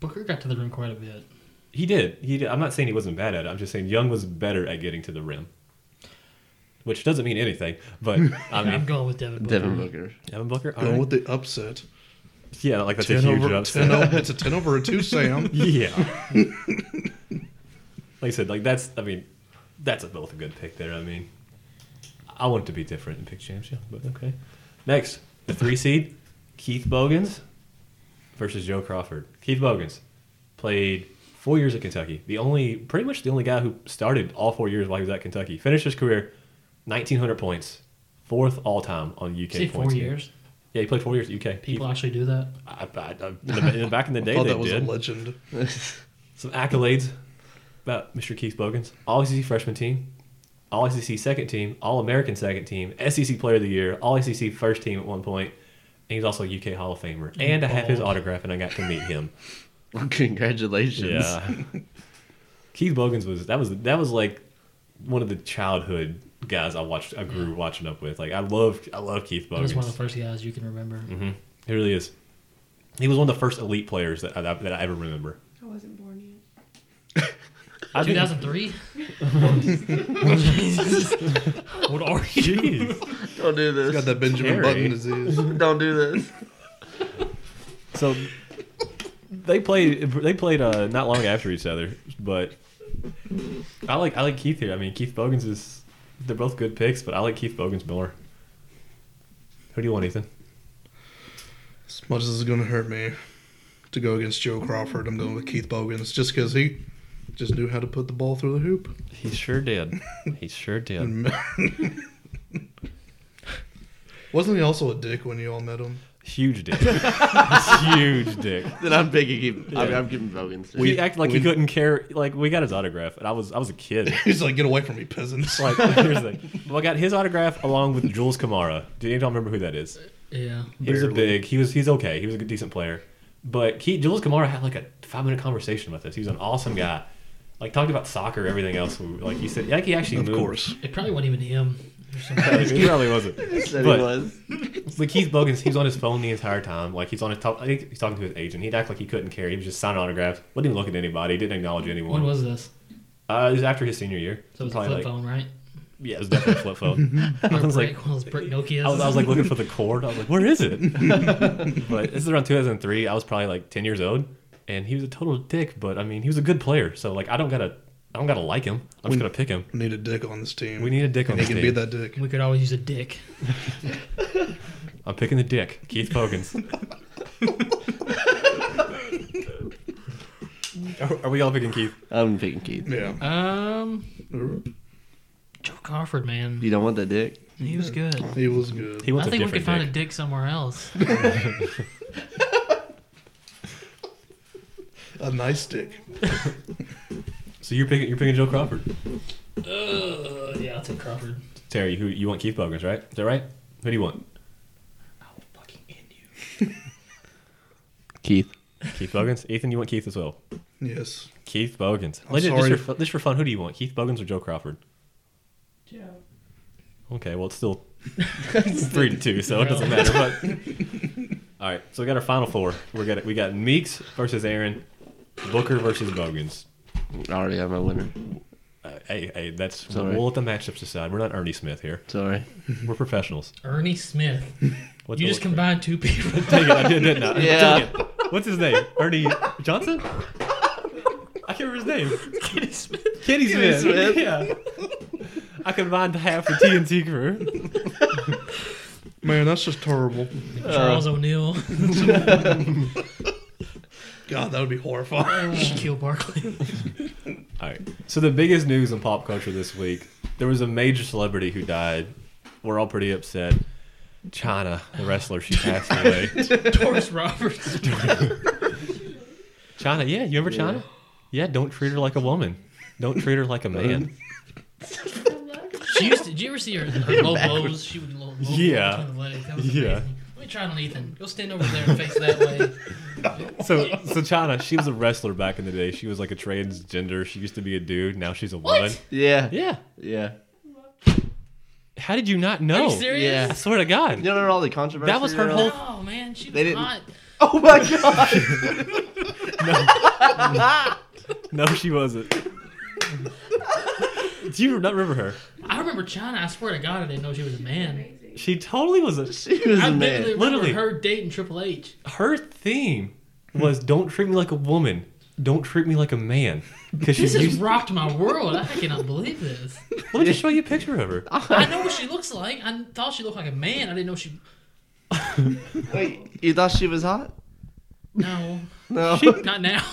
Booker got to the rim quite a bit. He did. He did. I'm not saying he wasn't bad at it. I'm just saying Young was better at getting to the rim, which doesn't mean anything. But I I'm mean, going with Devin Booker. Devin Booker. Devin Booker. all Going right. with the upset. Yeah, like that's a 10 huge over, upset. 10 over, it's a 10 over a 2, Sam. Yeah. like I said, like that's. I mean, that's a, both a good pick there. I mean, I want it to be different and pick James Young, but okay. Next, the three seed, Keith Bogans versus Joe Crawford. Keith Bogans played four years at Kentucky. The only, pretty much the only guy who started all four years while he was at Kentucky. Finished his career, 1,900 points, fourth all time on UK Say points. four game. years. Yeah, he played four years at UK. He- People actually do that. I, I, I, in the, in the- back in the day, thought they that was did a legend. some accolades about Mr. Keith Bogans. All SEC freshman team, All SEC second team, All American second team, SEC player of the year, All SEC first team at one point, and he's also a UK Hall of Famer. And I have Oh. his Bald. autograph, and I got to meet him. Congratulations. Yeah, Keith Bogans was that was that was like one of the childhood guys I watched. I grew watching up with. Like I loved I love Keith That was one Bogans. of the first guys you can remember. He really is. He was one of the first elite players that I, that, I ever remember. I wasn't born yet. I think- 2003? what are you? Don't do He's got this. that Benjamin Scary. Button disease. Don't do this. So they played. They played uh, not long after each other, but I like I like Keith here. I mean, Keith Bogans is. They're both good picks, but I like Keith Bogans Miller. Who do you want, Ethan? As much as it's going to hurt me to go against Joe Crawford, I'm going with Keith Bogans just because he just knew how to put the ball through the hoop. He sure did. He sure did. Wasn't he also a dick when you all met him? Huge dick. Huge dick. Then I'm picking him. I mean, Yeah. I'm giving Bogans. We, We, he acted like he we- couldn't care. Like we got his autograph, and I was I was a kid. He's like, get away from me, peasants. Like seriously, well, I got his autograph along with Jules Kamara. Do you all remember who that is? Yeah. He was a Barely. big. He was. He's okay. He was a good, decent player. But Keith Jules Kamara had like a five minute conversation with us. He was an awesome guy. like talked about soccer, everything else. we- Like you said, like he actually Of moved. course. It probably wasn't even him. or something. it probably wasn't. Said But- he was. It's like Keith Bogans, he was on his phone the entire time. Like he's on his top. I think he's talking to his agent. He'd act like he couldn't care. He was just signing autographs. Wasn't even looking at anybody. Didn't acknowledge anyone. When was this? Uh, it was after his senior year. So it was a Probably flip like- phone, right? Yeah, it was definitely a flip phone. I was like, Brick- one of those brick Nokias. I was, I was like looking for the cord. I was like, where is it? but this is around 2003. I was probably like 10 years old, and he was a total dick. But I mean, he was a good player. So like, I don't gotta, I don't gotta like him. I'm just gonna pick him. We need a dick on this team. We need a dick on and this he team. can be that dick. we could always use a dick. I'm picking the dick, Keith Pogans. are, are we all picking Keith? I'm picking Keith. Yeah. Um, Joe Crawford, man, You don't want that dick? he was good. He was good. He I wants a think we different could find a dick. dick somewhere else. a nice dick. so you're picking, you're picking Joe Crawford. uh, yeah, I'll take Crawford. Terry, who you want Keith Bogans, right? Is that right? Who do you want? I will fucking end you. Keith. Keith Bogans. Ethan, you want Keith as well. Yes. Keith Bogans. I'm Legit- sorry. Just, for, just for fun, who do you want? Keith Bogans or Joe Crawford? Joe. Okay, well, it's still three to two, so it doesn't matter. But all right, so we got our final four. We got we got Meeks versus Aaron, Booker versus Bogans. I already have my winner. Uh, hey, hey, that's Sorry. we'll let the matchups decide. We're not Ernie Smith here. Sorry. We're professionals. Ernie Smith. What's You just combined two people. Dang it, I did, didn't I? Yeah. Dang it. What's his name? Ernie Johnson? I can't remember his name. Kenny Smith. Kenny Smith. Smith. Yeah. I combined half the TNT crew. Man, that's just terrible. Uh, Charles O'Neill. God, that would be horrifying. Kill Barkley. All right. So the biggest news in pop culture this week, there was a major celebrity who died. We're all pretty upset. China, the wrestler, she passed away. Doris Roberts. China, yeah, you remember China? Yeah. don't treat her like a woman. Don't treat her like a man. She used to. Did you ever see her, her low blows? She would low, low blow Yeah. between the legs. That was Yeah. amazing. Let me try it on Ethan. Go stand over there and face that way. So, so China, she was a wrestler back in the day. She was like a transgender. She used to be a dude. Now she's a woman. Yeah. Yeah. Yeah. How did you not Are know? Oh, you serious? I swear to God. You don't remember all the controversy? That was her around- whole- Oh man, she They was didn't- hot. Oh my god! No, she wasn't. Do you not remember her? I remember China. I swear to God, I didn't know she was a man. Amazing. She totally was a she was I a literally man. remember Literally. her dating Triple H. her theme was "Don't treat me like a woman, don't treat me like a man." Because she This has used. rocked my world. I cannot believe this. Let me just show you a picture of her. I know what she looks like. I thought she looked like a man. I didn't know she. Wait, you thought she was hot? No, No. not now.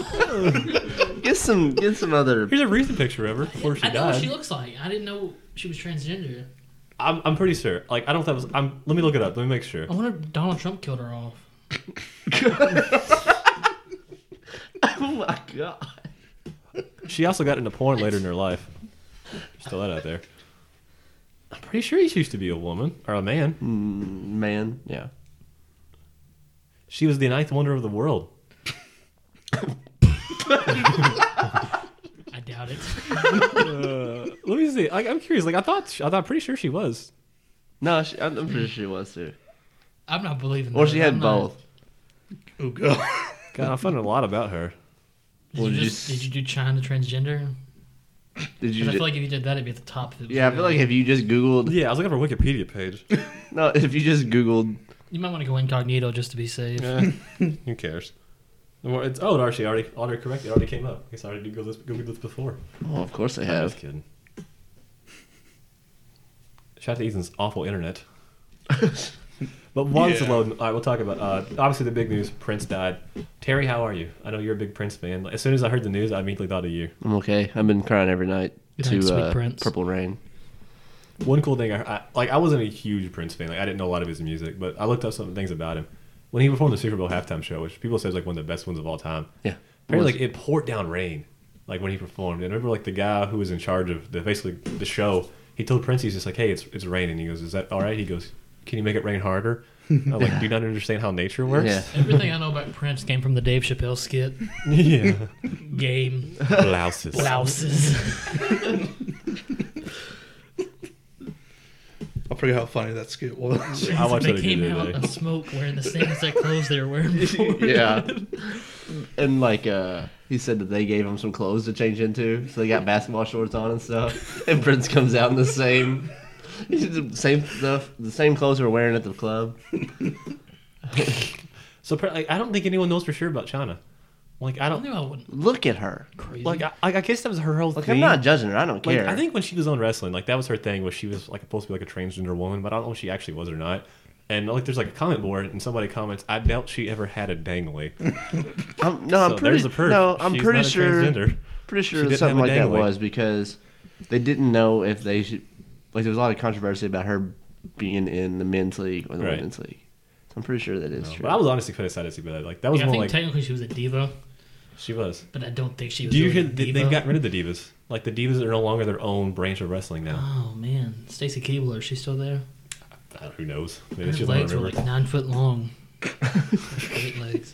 get some, get some other. Here's a recent picture of her before she I know what died. she looks like. I didn't know she was transgender. I'm, I'm pretty sure. Like I don't. That was. I'm. Let me look it up. Let me make sure. I wonder if Donald Trump killed her off. Oh my god! She also got into porn later in her life. Just throw that out there. I'm pretty sure she used to be a woman or a man. Man, yeah. She was the ninth wonder of the world. I doubt it. Uh, let me see. Like, I'm curious. Like I thought. I thought. Pretty sure she was. No, she, I'm I'm pretty sure she was too. I'm not believing. Or that. she had I'm not- both. Oh god. God, I'm finding a lot about her. Did, Well, you did you just, s- did you do China transgender? Did 'Cause you? I ju- feel like if you did that, it'd be at the top. Of the yeah, I feel like if you just Googled, Yeah, I was looking at her Wikipedia page. no, if you just Googled, you might want to go incognito just to be safe. Eh, who cares? The more- It's, oh, it actually already already correct. It already came up. I guess I already googled this, googled this before. oh, of course they I'm just have. kidding. Shout out to Ethan's awful internet. but once Yeah. alone, all right, we'll talk about. Uh, obviously, the big news: Prince died. Terry, how are you? I know you're a big Prince fan. As soon as I heard the news, I immediately thought of you. I'm okay. I've been crying every night Good night, to sweet uh, prince. Purple Rain. One cool thing, I, I like, I wasn't a huge Prince fan. Like, I didn't know a lot of his music, but I looked up some things about him. When he performed the Super Bowl halftime show, which people say is like one of the best ones of all time, Yeah. Apparently, like it poured down rain, like when he performed. And I remember, like the guy who was in charge of the basically the show, he told Prince, he's just like, "Hey, it's it's raining." He goes, "Is that all right?" He goes, "Can you make it rain harder?" I'm like, do you not understand how nature works? Yeah. Everything I know about Prince came from the Dave Chappelle skit yeah. game Blouses. blouses. I forget how funny that skit was. I watched they that came again the out other of day. smoke wearing the same exact clothes they were wearing before. yeah. And like uh he said that they gave him some clothes to change into, so they got basketball shorts on and stuff. And Prince comes out in the same the same stuff, the same clothes we're wearing at the club. So appar- like, I don't think anyone knows for sure about China. Like I I don't knew I wouldn't. Look at her. Crazy. like I, I guess that was her whole Like thing. I'm not judging her. I don't Like, care. I think when she was on wrestling, like that was her thing, was she was like supposed to be like a transgender woman, but I don't know if she actually was or not. And like, there's like a comment board, and somebody comments, "I doubt she ever had a dangly." I'm, no, I'm so pretty. there's a perk. No, I'm She's pretty not a sure. transgender. Pretty She sure didn't something have a like that dangling. was because they didn't know if they should. Like there was a lot of controversy about her being in the men's league or the Right. women's league. So I'm pretty sure that is true. But I was honestly kind of sad to see that. Like that was Yeah, I more think like technically she was a diva, she was. but I don't think she was. Do you hear really a they, diva. they've got rid of the divas? Like the divas are no longer their own branch of wrestling now. Oh man, Stacy Keebler, is she still there? Uh, Who knows? Maybe Her she's on legs the were river. like nine foot long. Great legs.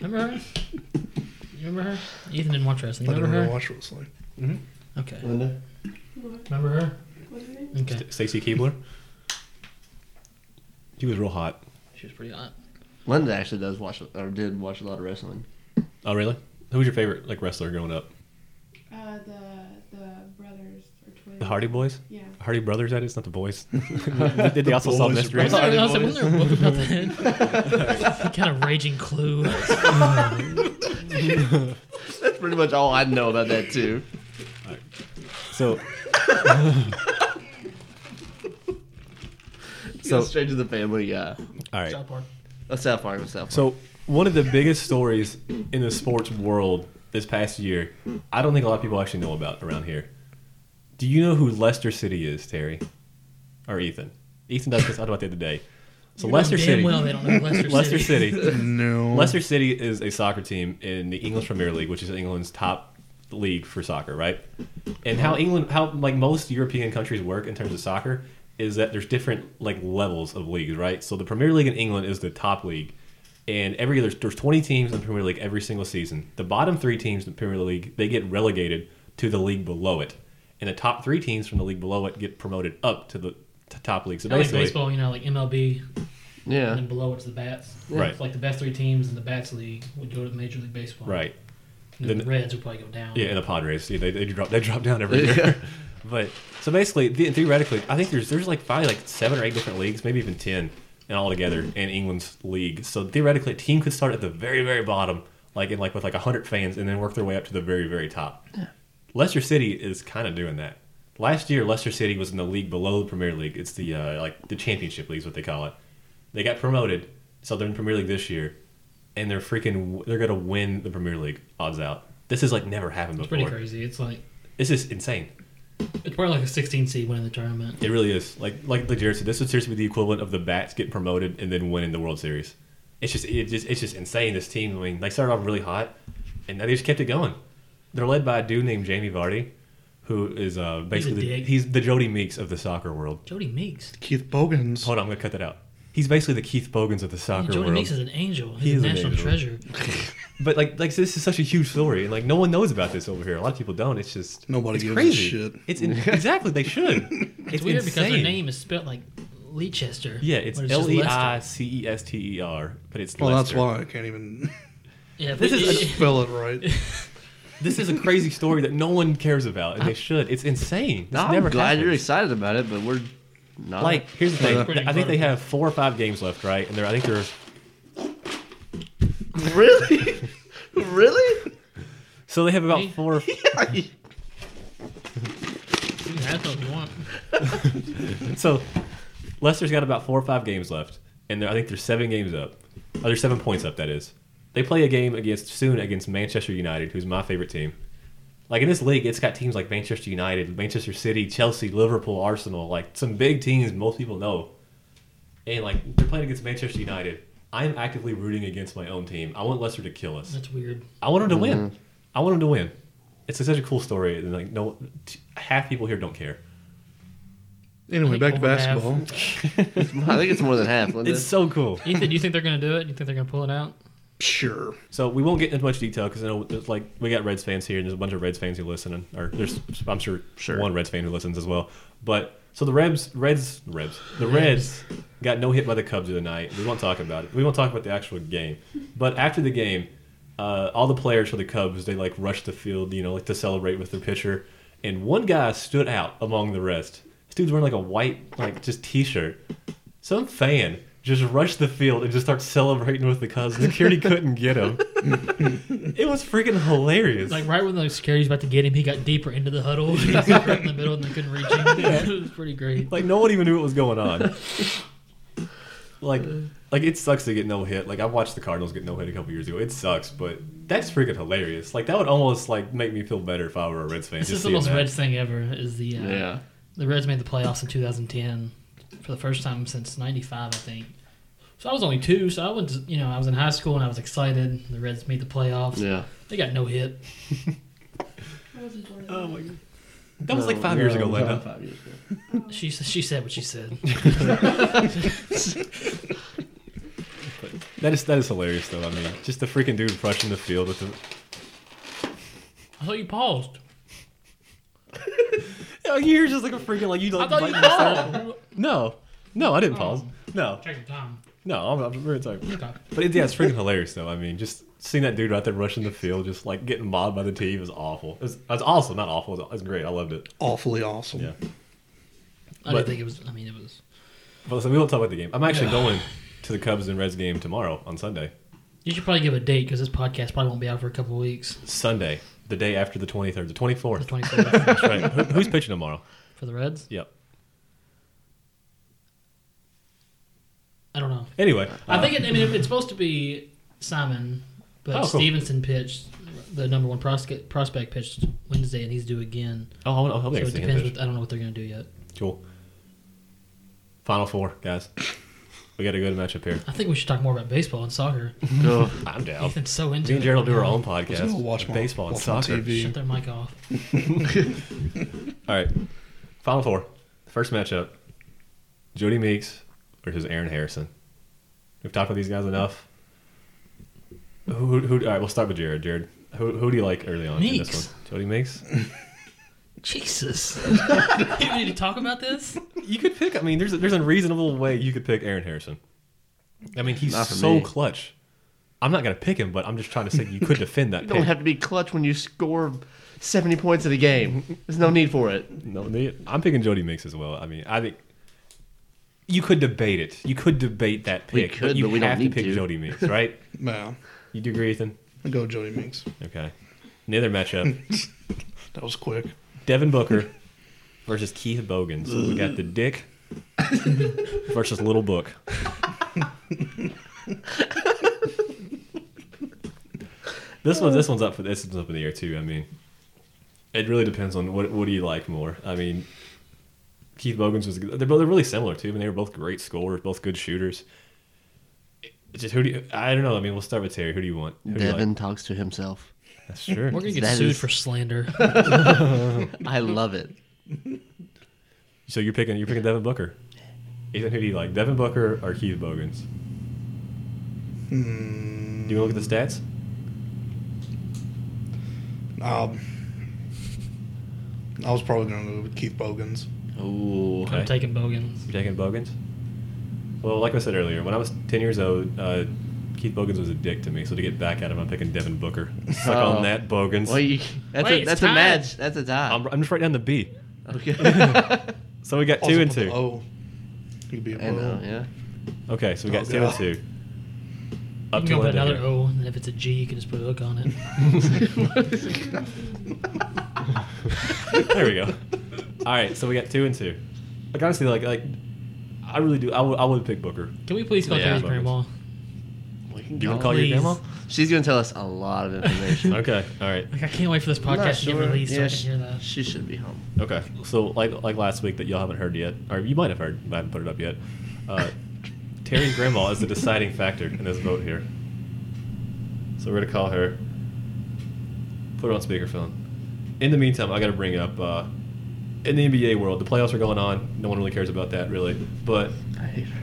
Remember her? You remember her? Ethan didn't watch wrestling. I You didn't remember really watch her? wrestling. Okay. Linda? What? Remember her? What's her name? Okay. Stacy Keebler. She was real hot. She was pretty hot. Linda actually does watch or did watch a lot of wrestling. Oh really? Who was your favorite like wrestler growing up? Uh, the the brothers or twins. The Hardy Boys. Yeah. Hardy Brothers, that is not the boys. they, they also saw boys. mysteries. Sorry, I was like, boys. wasn't there a book about that? kind of raging clue. That's pretty much all I know about that too. So So straight to the family. Yeah. all right. South Park. Let's South Park. Let's South Park. So one of the biggest stories in the sports world this past year, I don't think a lot of people actually know about around here. Do you know who Leicester City is, Terry? Or Ethan? Ethan does this out about the other day. So You know Leicester damn City. well they don't know Leicester, Leicester City. City. No. Leicester City is a soccer team in the English Premier League, which is England's top league for soccer, right? And how England, how like most European countries work in terms of soccer, is that there's different like levels of leagues, right? So the Premier League in England is the top league, and every there's there's 20 teams in the Premier League every single season. The bottom three teams in the Premier League they get relegated to the league below it, and the top three teams from the league below it get promoted up to the to top league. So I like basically, baseball, you know, like MLB, and yeah. then below it's the bats. Right. It's like the best three teams in the bats league would go to Major League Baseball. right? And then Then- the Reds would probably go down. Yeah, and the Padres, yeah, they, they drop they drop down every Yeah. year. but so basically, the, theoretically, I think there's there's like probably like seven or eight different leagues, maybe even ten, and all together in England's league. So theoretically, a team could start at the very very bottom, like in like with like hundred fans, and then work their way up to the very very top. Leicester City is kind of doing that. Last year, Leicester City was in the league below the Premier League. It's the uh, like the Championship League is what they call it. They got promoted, so they're in Premier League this year, and they're freaking they're gonna win the Premier League. Odds out, this has like never happened It's before. pretty crazy. It's like This is insane. it's probably like a 16 seed winning the tournament. It really is. Like like like Jared said, this would seriously be the equivalent of the Bats getting promoted and then winning the World Series. It's just it just it's just insane. This team. I mean, they started off really hot, and they just kept it going. They're led by a dude named Jamie Vardy, who is uh basically the- dick. he's, the Jody Meeks of the soccer world. Jody Meeks. Keith Bogans. Hold on, I'm gonna cut that out. He's basically the Keith Bogans of the soccer Jody world. Meeks is an angel. He He's is a an national angel. treasure. But like like this is such a huge story, and like no one knows about this over here. A lot of people don't. It's just Nobody it's gives a crazy. shit. It's in, exactly they should. It's, It's weird because their insane. name is spelled like Leicester. Yeah, it's but just L E I C E S T E R, but it's Well, that's Leicester. why I can't even Leicester. Yeah, This this is is spell it right. This is a crazy story that no one cares about, and they should. It's insane. This I'm never glad happens. you're excited about it, but we're not. Like, here's the That's pretty thing. I think they incredible. have four or five games left, right? And they're, I think there's really, really. so they have about Me? four. that's what we want. So Leicester's got about four or five games left, and they're- I think there's seven games up. Oh, there's seven points up. That is. They play a game against soon against Manchester United, who's my favorite team. Like in this league, it's got teams like Manchester United, Manchester City, Chelsea, Liverpool, Arsenal, like some big teams most people know. And like they're playing against Manchester United. I'm actively rooting against my own team. I want Leicester to kill us. That's weird. I want them to win. I want them to win. It's such a cool story, and like no, t- half people here don't care. Anyway, Like back to over half. basketball. I think it's more than half. Linda. It's so cool. Ethan, you think they're gonna do it? You think they're gonna pull it out? Sure. So we won't get into much detail because I know there's like we got Reds fans here, and there's a bunch of Reds fans who listen, and or there's I'm sure, Sure. one Reds fan who listens as well. But so the Reds, Reds, Reds, the Reds got no hit by the Cubs the other night. We won't talk about it. We won't talk about the actual game. But after the game, uh, all the players for the Cubs they like rushed the field, you know, like to celebrate with their pitcher, and one guy stood out among the rest. This dude's wearing like a white like just T-shirt. Some fan. Just rushed the field and just started celebrating with the Cubs. Security couldn't get him. It was freaking hilarious. Like right when the security's about to get him, he got deeper into the huddle. He was right in the middle, and they couldn't reach him. It was pretty great. like no one even knew what was going on. like, like it sucks to get no hit. Like I watched the Cardinals get no hit a couple years ago. It sucks, but that's freaking hilarious. Like that would almost like make me feel better if I were a Reds fan. This is Just the seeing most that. Reds thing ever. Is the uh, yeah. the Reds made the playoffs in 2010 for the first time since '95, I think. So I was only two, so I was you know I was in high school and I was excited. The Reds made the playoffs. Yeah. They got no hit. That was important. Oh my god, that was like five years ago, Linda. Five years ago. She s- she said what she said. That is that is hilarious though. I mean, just the freaking dude rushing the field with the. I thought you paused. Oh, you're just like a freaking like you I like. thought you biting yourself. paused. Oh. No, no, I didn't pause. No, Check your time. no, I'm, I'm really sorry. Okay. But it, yeah, it's freaking hilarious though. I mean, just seeing that dude out there rushing the field, just like getting mobbed by the team, is awful. It was, it was awesome, not awful. It was, it was great. I loved it. Awfully awesome. Yeah. I But- didn't think it was. I mean, it was. But listen, we won't talk about the game. I'm actually going to the Cubs and Reds game tomorrow on Sunday. You should probably give a date because this podcast probably won't be out for a couple of weeks. Sunday, the day after the 23rd, the The 24th. 24th That's right. Who, who's pitching tomorrow? for the Reds. Yep. I don't know. Anyway, I think it, I mean it's supposed to be Simon, but Uh, Oh, cool. Stevenson pitched the number one prospect prospect pitched Wednesday, and he's due again. Oh, I'll, I'll help so you. it depends. With, I don't know what they're gonna do yet. Cool. Final four, guys. We got a good matchup here. I think we should talk more about baseball and soccer. No. I'm down. Ethan's so Oh. into Me and it Gerald right do our now. own Just gonna podcast. watch my, baseball and watch my soccer. TV. Shut their mic off. All right. Final four. First matchup. Jody Meeks versus Aaron Harrison. We've talked about these guys enough. Who, who, who all right, we'll start with Jared. Jared, who, who do you like early on in Meeks. this one? Jody Meeks? Jesus, you need to talk about this. you could pick, I mean, there's a, there's a reasonable way you could pick Aaron Harrison. I mean, he's Not for so me. clutch. I'm not going to pick him, but I'm just trying to say you could defend that You pick. don't have to be clutch when you score 70 points in a game. There's no need for it. No, they, I'm picking Jody Meeks as well. I mean, I think you could debate it. You could debate that pick. We could, you but we don't have need to pick to. Jody Meeks, right? No, You do agree, Ethan? I'll go Jody Minks. Okay. And The other matchup: That was quick. Devin Booker versus Keith Bogans. we got the Dick versus Little Book. this one, this one's up for this one's up in the air too. I mean, it really depends on what what do you like more. I mean, Keith Bogans was they're both they're really similar too. I mean, they were both great scorers, both good shooters. It's just who do you, I don't know. I mean, we'll start with Terry. Who do you want? Who do you like? Devin talks to himself. That's sure. We're gonna get That sued is- for slander. I love it. So you're picking you're picking Devin Booker. Ethan, who do you like, Devin Booker or Keith Bogans? Do you wanna look at the stats? Um, I was probably going to go with Keith Bogans. Ooh. Okay. I'm taking Bogans. You're taking Bogans. Well, like I said earlier, when I was ten years old, uh, Keith Bogans was a dick to me. So to get back at him, I'm picking Devin Booker. Suck Oh. on that, Bogans. Well, you, that's Wait, a, it's that's a tied. match. That's a tie. I'm, I'm just right down the B. okay. So we got Also two and put the two. O. You could be a I know, O. yeah. Okay, so we got Oh, two and God. two. You Up can to go put Linda another here. O, and then if it's a G, you can just put a hook on it. there we go. All right, so we got two and two. Like honestly, like like I really do. I would I would pick Booker. Can we please call Yeah. Terry's grandma? We can Do you want to go. call your Please. grandma? She's going to tell us a lot of information. Okay. All right. Like I can't wait for this I'm not podcast to sure. get released Yeah, so I she- can hear that. She should be home. Okay. So like like last week that y'all haven't heard yet, or you might have heard, but I haven't put it up yet. Uh, Terry's grandma is the deciding factor in this vote here. So we're gonna call her. Put her on speakerphone. In the meantime, I gotta bring up uh, in the NBA world, the playoffs are going on. No one really cares about that, really. But I hate her.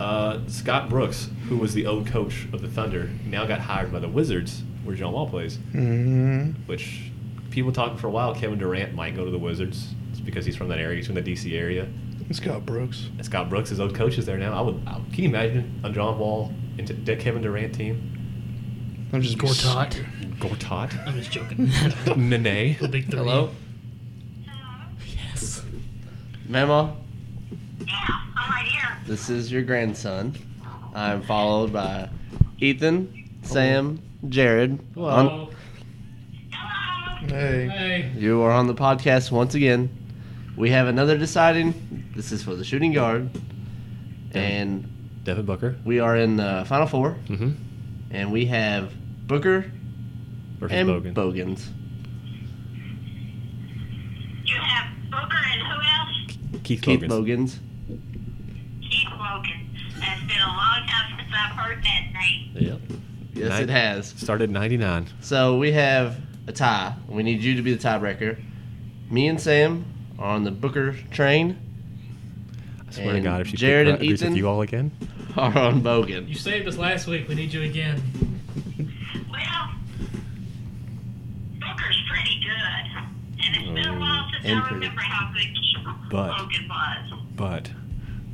uh, Scott Brooks, who was the old coach of the Thunder, now got hired by the Wizards, where John Wall plays. Mm-hmm. Which people talking for a while, Kevin Durant might go to the Wizards. It's because he's from that area. He's from the DC area. Scott Brooks. And Scott Brooks, his old coach, is there now. I would. I, can you imagine a John Wall and t- that Kevin Durant team? I'm just Gortat. Gortat, I'm just joking. Nene. the big three. Hello? Yes. Mama, Yeah, I'm right here. this is your grandson. I'm followed by Ethan, Sam, Jared. On- Hello. Hello. Hey. Hey. you are on the podcast once again. We have another deciding. This is for the shooting guard. And Devin Booker. we are in the Final Four. Mm-hmm. And we have Booker Versus and Bogan. Bogans. You have Booker and who else? Keith, Keith Bogans. Bogans. Keith Wogan. It's been a long time since I've heard that name. Yep. Yes, Nice. it has. Started in '99. So we have a tie. We need you to be the tiebreaker. Me and Sam are on the Booker train. I swear And to God, if she Jared pick- and agrees Ethan. with you all again, Are on You Bogan. saved us last week. We need you again. Well, Booker's pretty good. And it's been a while since Oh, And I pretty. remember how good Keith But- Wogan was. but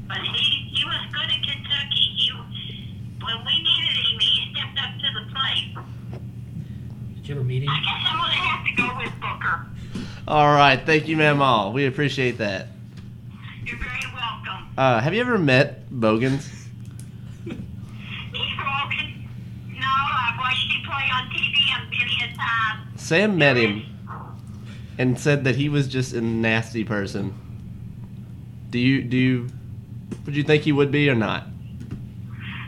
But he, he was good at Kentucky. He, when we needed him, he stepped up to the plate. Did you ever meet him? I guess I'm going to have to go with Booker. All right, thank you, ma'am. All we appreciate that. You're very welcome. Uh, have you ever met Bogans? He's walking. No, I've watched him play on TV a million times. Sam met him and said that he was just a nasty person. Do you do you would you think he would be or not?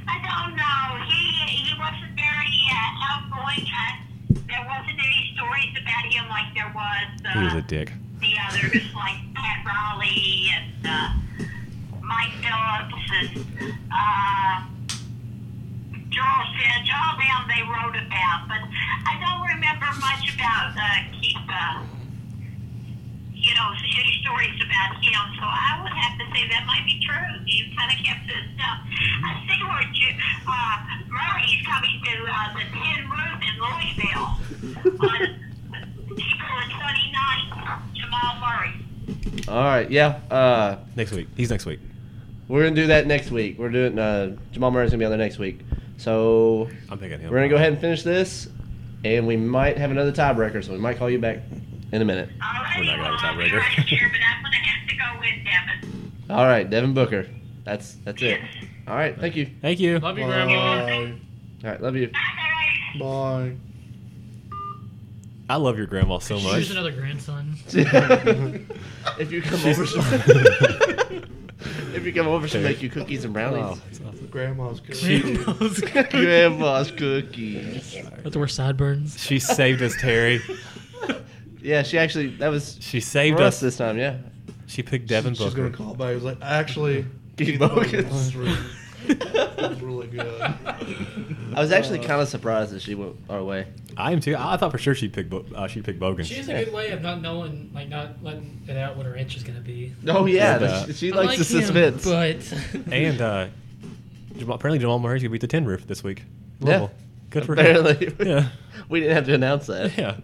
I don't know. He he wasn't very uh, outgoing. Uh, there wasn't any stories about him like there was he was uh, a dick. the others, like Pat Riley and uh, Mike Phillips and uh, Charles Fitch. All them they wrote about, but I don't remember much about uh, Keith. Uh, you know, any stories about him. So I would have to say that might be true. He kind of kept to himself. Mm-hmm. I see where Ju- uh, Murray's coming to uh, the Tin Roof in Louisville on April the 29th. Jamal Murray. All right, yeah. Uh, Next week. He's next week. we're gonna do that next week. We're doing uh, Jamal Murray's gonna be on there next week. So I'm picking him. We're gonna go ahead and finish this, and we might have another tiebreaker, so we might call you back in a minute. All right, We're not gonna have a well, I'll be tiebreaker. right here, but I'm going to have to go with Devin. All right, Devin Booker. That's that's it. All right, thank you. Thank you. Love you, Grandma. Bye. All right, love you. Bye, guys. Bye. I love your grandma so much. Here's another grandson. if you come over, she'll- if you come over, she'll make you cookies and brownies. Oh, that's awesome. Grandma's good. Grandma's Oh. Grandma's cookies. That's where sideburns. She saved us, Terry. Yeah, she actually that was She saved for us us. this time. Yeah. She picked Devin She's Booker. gonna call back. He's like, actually, Keith Bogans was really, really good. I was actually kind of surprised that she went our way. I am too. I I thought for sure she'd pick Bo- uh, she'd pick Bogan. She has a good way of not knowing, like not letting it out what her inch is gonna be. Oh yeah, And, uh, she, she I likes like the him, suspense. but and uh, Jamal, apparently Jamal Murray's gonna beat the Tin Roof this week. Louisville. Good for Apparently, him. Yeah. we didn't have to announce that. Yeah.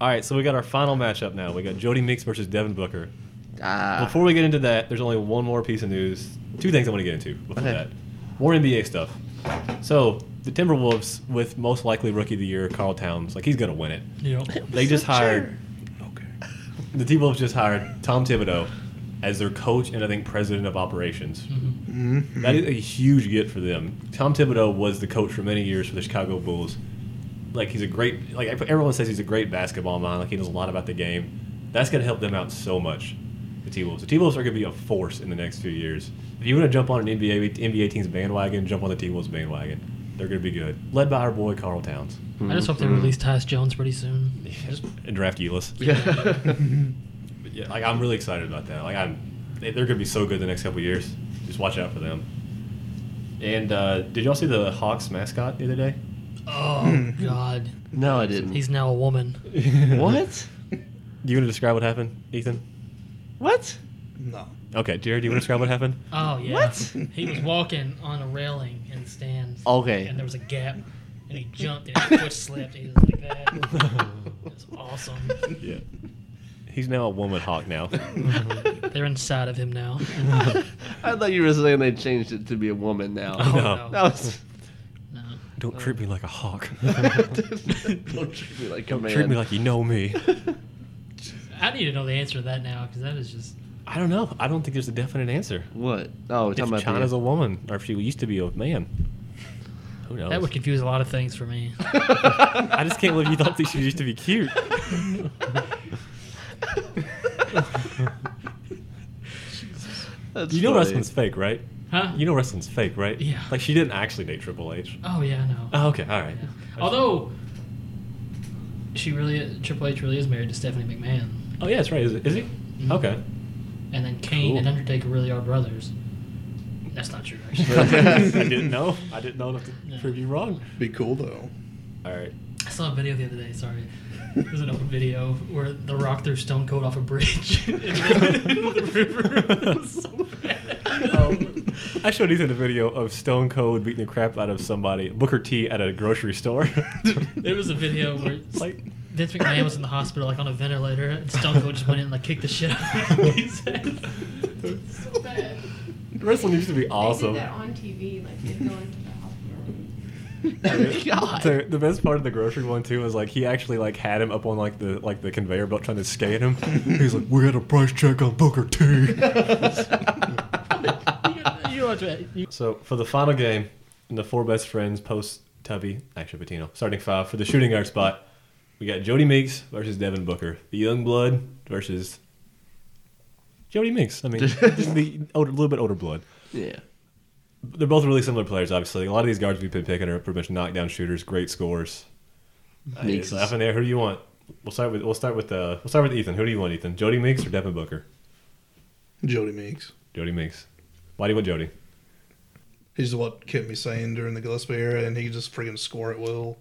All right, so we got our final matchup now. We got Jody Meeks versus Devin Booker. Ah. Before we get into that, there's only one more piece of news. Two things I want to get into before Okay. that. More NBA stuff. So the Timberwolves, with most likely rookie of the year Carl Towns, like he's gonna win it. you know, They just hired. The T Wolves just hired Tom Thibodeau as their coach and I think president of operations. That is a huge get for them. Tom Thibodeau was the coach for many years for the Chicago Bulls. Like he's a great like everyone says he's a great basketball mind. Like he knows a lot about the game. That's gonna help them out so much. The T Wolves. The T Wolves are gonna be a force in the next few years. If you want to jump on an NBA NBA team's bandwagon, jump on the T Wolves bandwagon. They're gonna be good. Led by our boy Carl Towns. I just hope they release Tyus Jones pretty soon. Just- And draft Elis. Yeah. But yeah, like I'm really excited about that. Like I'm, they, they're gonna be so good the next couple years. Just watch out for them. And uh, did y'all see the Hawks mascot the other day? oh God, no, I didn't. he's now a woman. what? You gonna describe what happened, Ethan? What? No. Okay, Jared, do you want to describe what happened? Oh yeah. What? He was walking on a railing in the stands. Okay. And there was a gap, and he jumped and his foot slipped. He was like that. It's awesome. Yeah. He's now a woman hawk now. They're inside of him now. I thought you were saying they changed it to be a woman now. Oh, no. That was. no. Don't treat me like a hawk. Don't treat me like a man. treat me like you know me. I need to know the answer to that now because that is just I don't know. I don't think there's a definite answer. what? Oh, we're talking If about China's the- a woman, or if she used to be a man. Who knows? that would confuse a lot of things for me. I just can't believe you thought that she used to be cute. That's You know funny. wrestling's fake, right? Huh? You know wrestling's fake, right? Yeah. Like she didn't actually date Triple H. Oh yeah, I know. Oh, okay, all right. Although she really Triple H really is married to Stephanie McMahon, Oh yeah, that's right. Is, it, is he? Okay. and then Kane Cool. and Undertaker really are brothers. That's not true. I Actually. didn't know. I didn't know enough to Yeah. prove you wrong. Be cool though. All right. I saw a video the other day. Sorry, it was an old video where The Rock threw Stone Cold off a bridge into the river. It was so bad. Oh. I showed Ethan a video of Stone Cold beating the crap out of somebody, Booker T, at a grocery store. There was a video where like, Vince McMahon was in the hospital, like on a ventilator, and Stone Cold just went in and like kicked the shit out of him. He's- So bad. wrestling used to be They awesome. did that on TV, like they go into the hospital. God. So the best part of the grocery one too was like he actually like had him up on like the like the conveyor belt trying to skate him. He's like, "We had a price check on Booker T." you watch it. You- so for the final game, in the four best friends post Tubby, actually Patino, starting five for the shooting guard spot, we got Jody Meeks versus Devin Booker, the young blood versus Jody Meeks. I mean, just the older, little bit older blood. yeah. They're both really similar players, obviously. A lot of these guards we've been picking are pretty much knockdown shooters, great scores. Meeks Meeks is- up in there. Who do you want? We'll start with we'll start with uh, we'll start with Ethan. Who do you want, Ethan? Jody Meeks or Devin Booker? Jody Meeks. Jody Meeks. Why do you want Jody? He's what kept me sane during the Gillespie era, and he could just freaking score at will.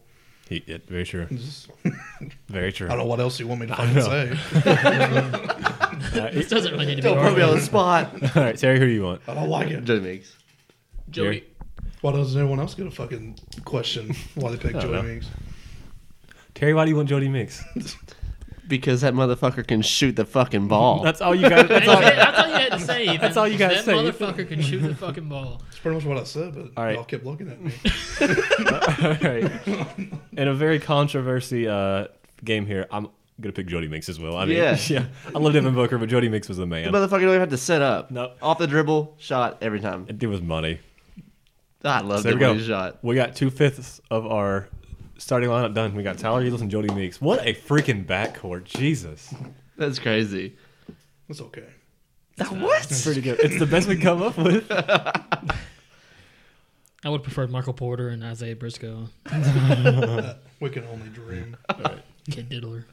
He, yeah, very sure. Just, Very true. I don't know what else you want me to I fucking say. This doesn't really need to be Don't put me on the argued. spot. All right, Terry. Who do you want? I don't like it. Jody Meeks. Joey. Why doesn't anyone else get a fucking question why they picked I don't Jody know. Meeks? Terry, why do you want Jody Meeks? Because that motherfucker can shoot the fucking ball. That's all you got. That's That's all, all. that's all you had to say. Ethan. That's all you gotta that say, That motherfucker can shoot the fucking ball. That's pretty much what I said, but All right. y'all kept looking at me. all right. In a very controversy uh, game here, I'm gonna pick Jody Meeks as well. I mean, yeah. Yeah. I love Devin Booker, but Jody Meeks was the the man. motherfucker don't even have to set up. No. Off the dribble, shot every time. It was money. I love So there that we go. when he shot. We got two fifths of our starting lineup done. We got Tyler Eagles and Jody Meeks. What a freaking backcourt, Jesus! That's crazy. It's okay. what? Pretty good. It's the best we can come up with. I would prefer Michael Porter and Isaiah Briscoe. We can only dream. Kid Diddler.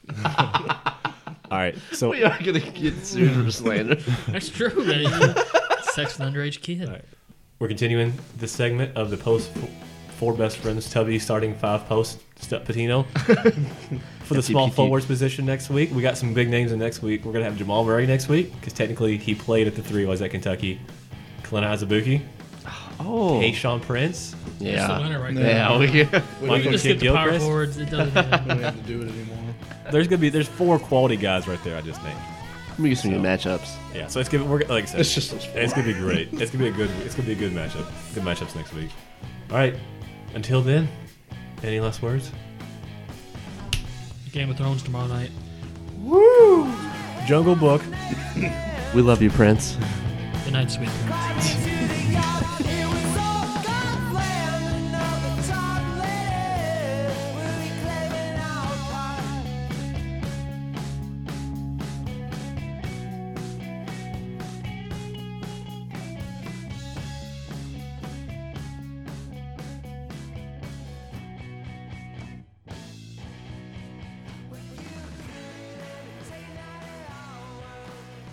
All right, so We are gonna get sued for slander. That's true. That is sex with an underage kid. right. we're continuing this segment of the post four best friends Tubby starting five post Step Patino for the small FTPT. forwards position next week. We got some big names in next week. We're gonna have Jamal Murray next week because technically he played at the three was at Kentucky. Clint Azabuki, Oh. hey Sean Prince, That's the Yeah. winner right there. Yeah. We, We Like don't You just Kid get the power Gilchrist? forwards. It doesn't matter. even have to do it anymore. There's gonna be there's four quality guys right there. I just named. let me get some good matchups. Yeah, so it's gonna we're like I said, It's just those four. it's gonna be great. It's gonna be a good it's gonna be a good matchup. Good matchups next week. All right. Until then, any last words? Game of Thrones tomorrow night. Jungle Book. We love you, Prince. Good night, sweet. Friday,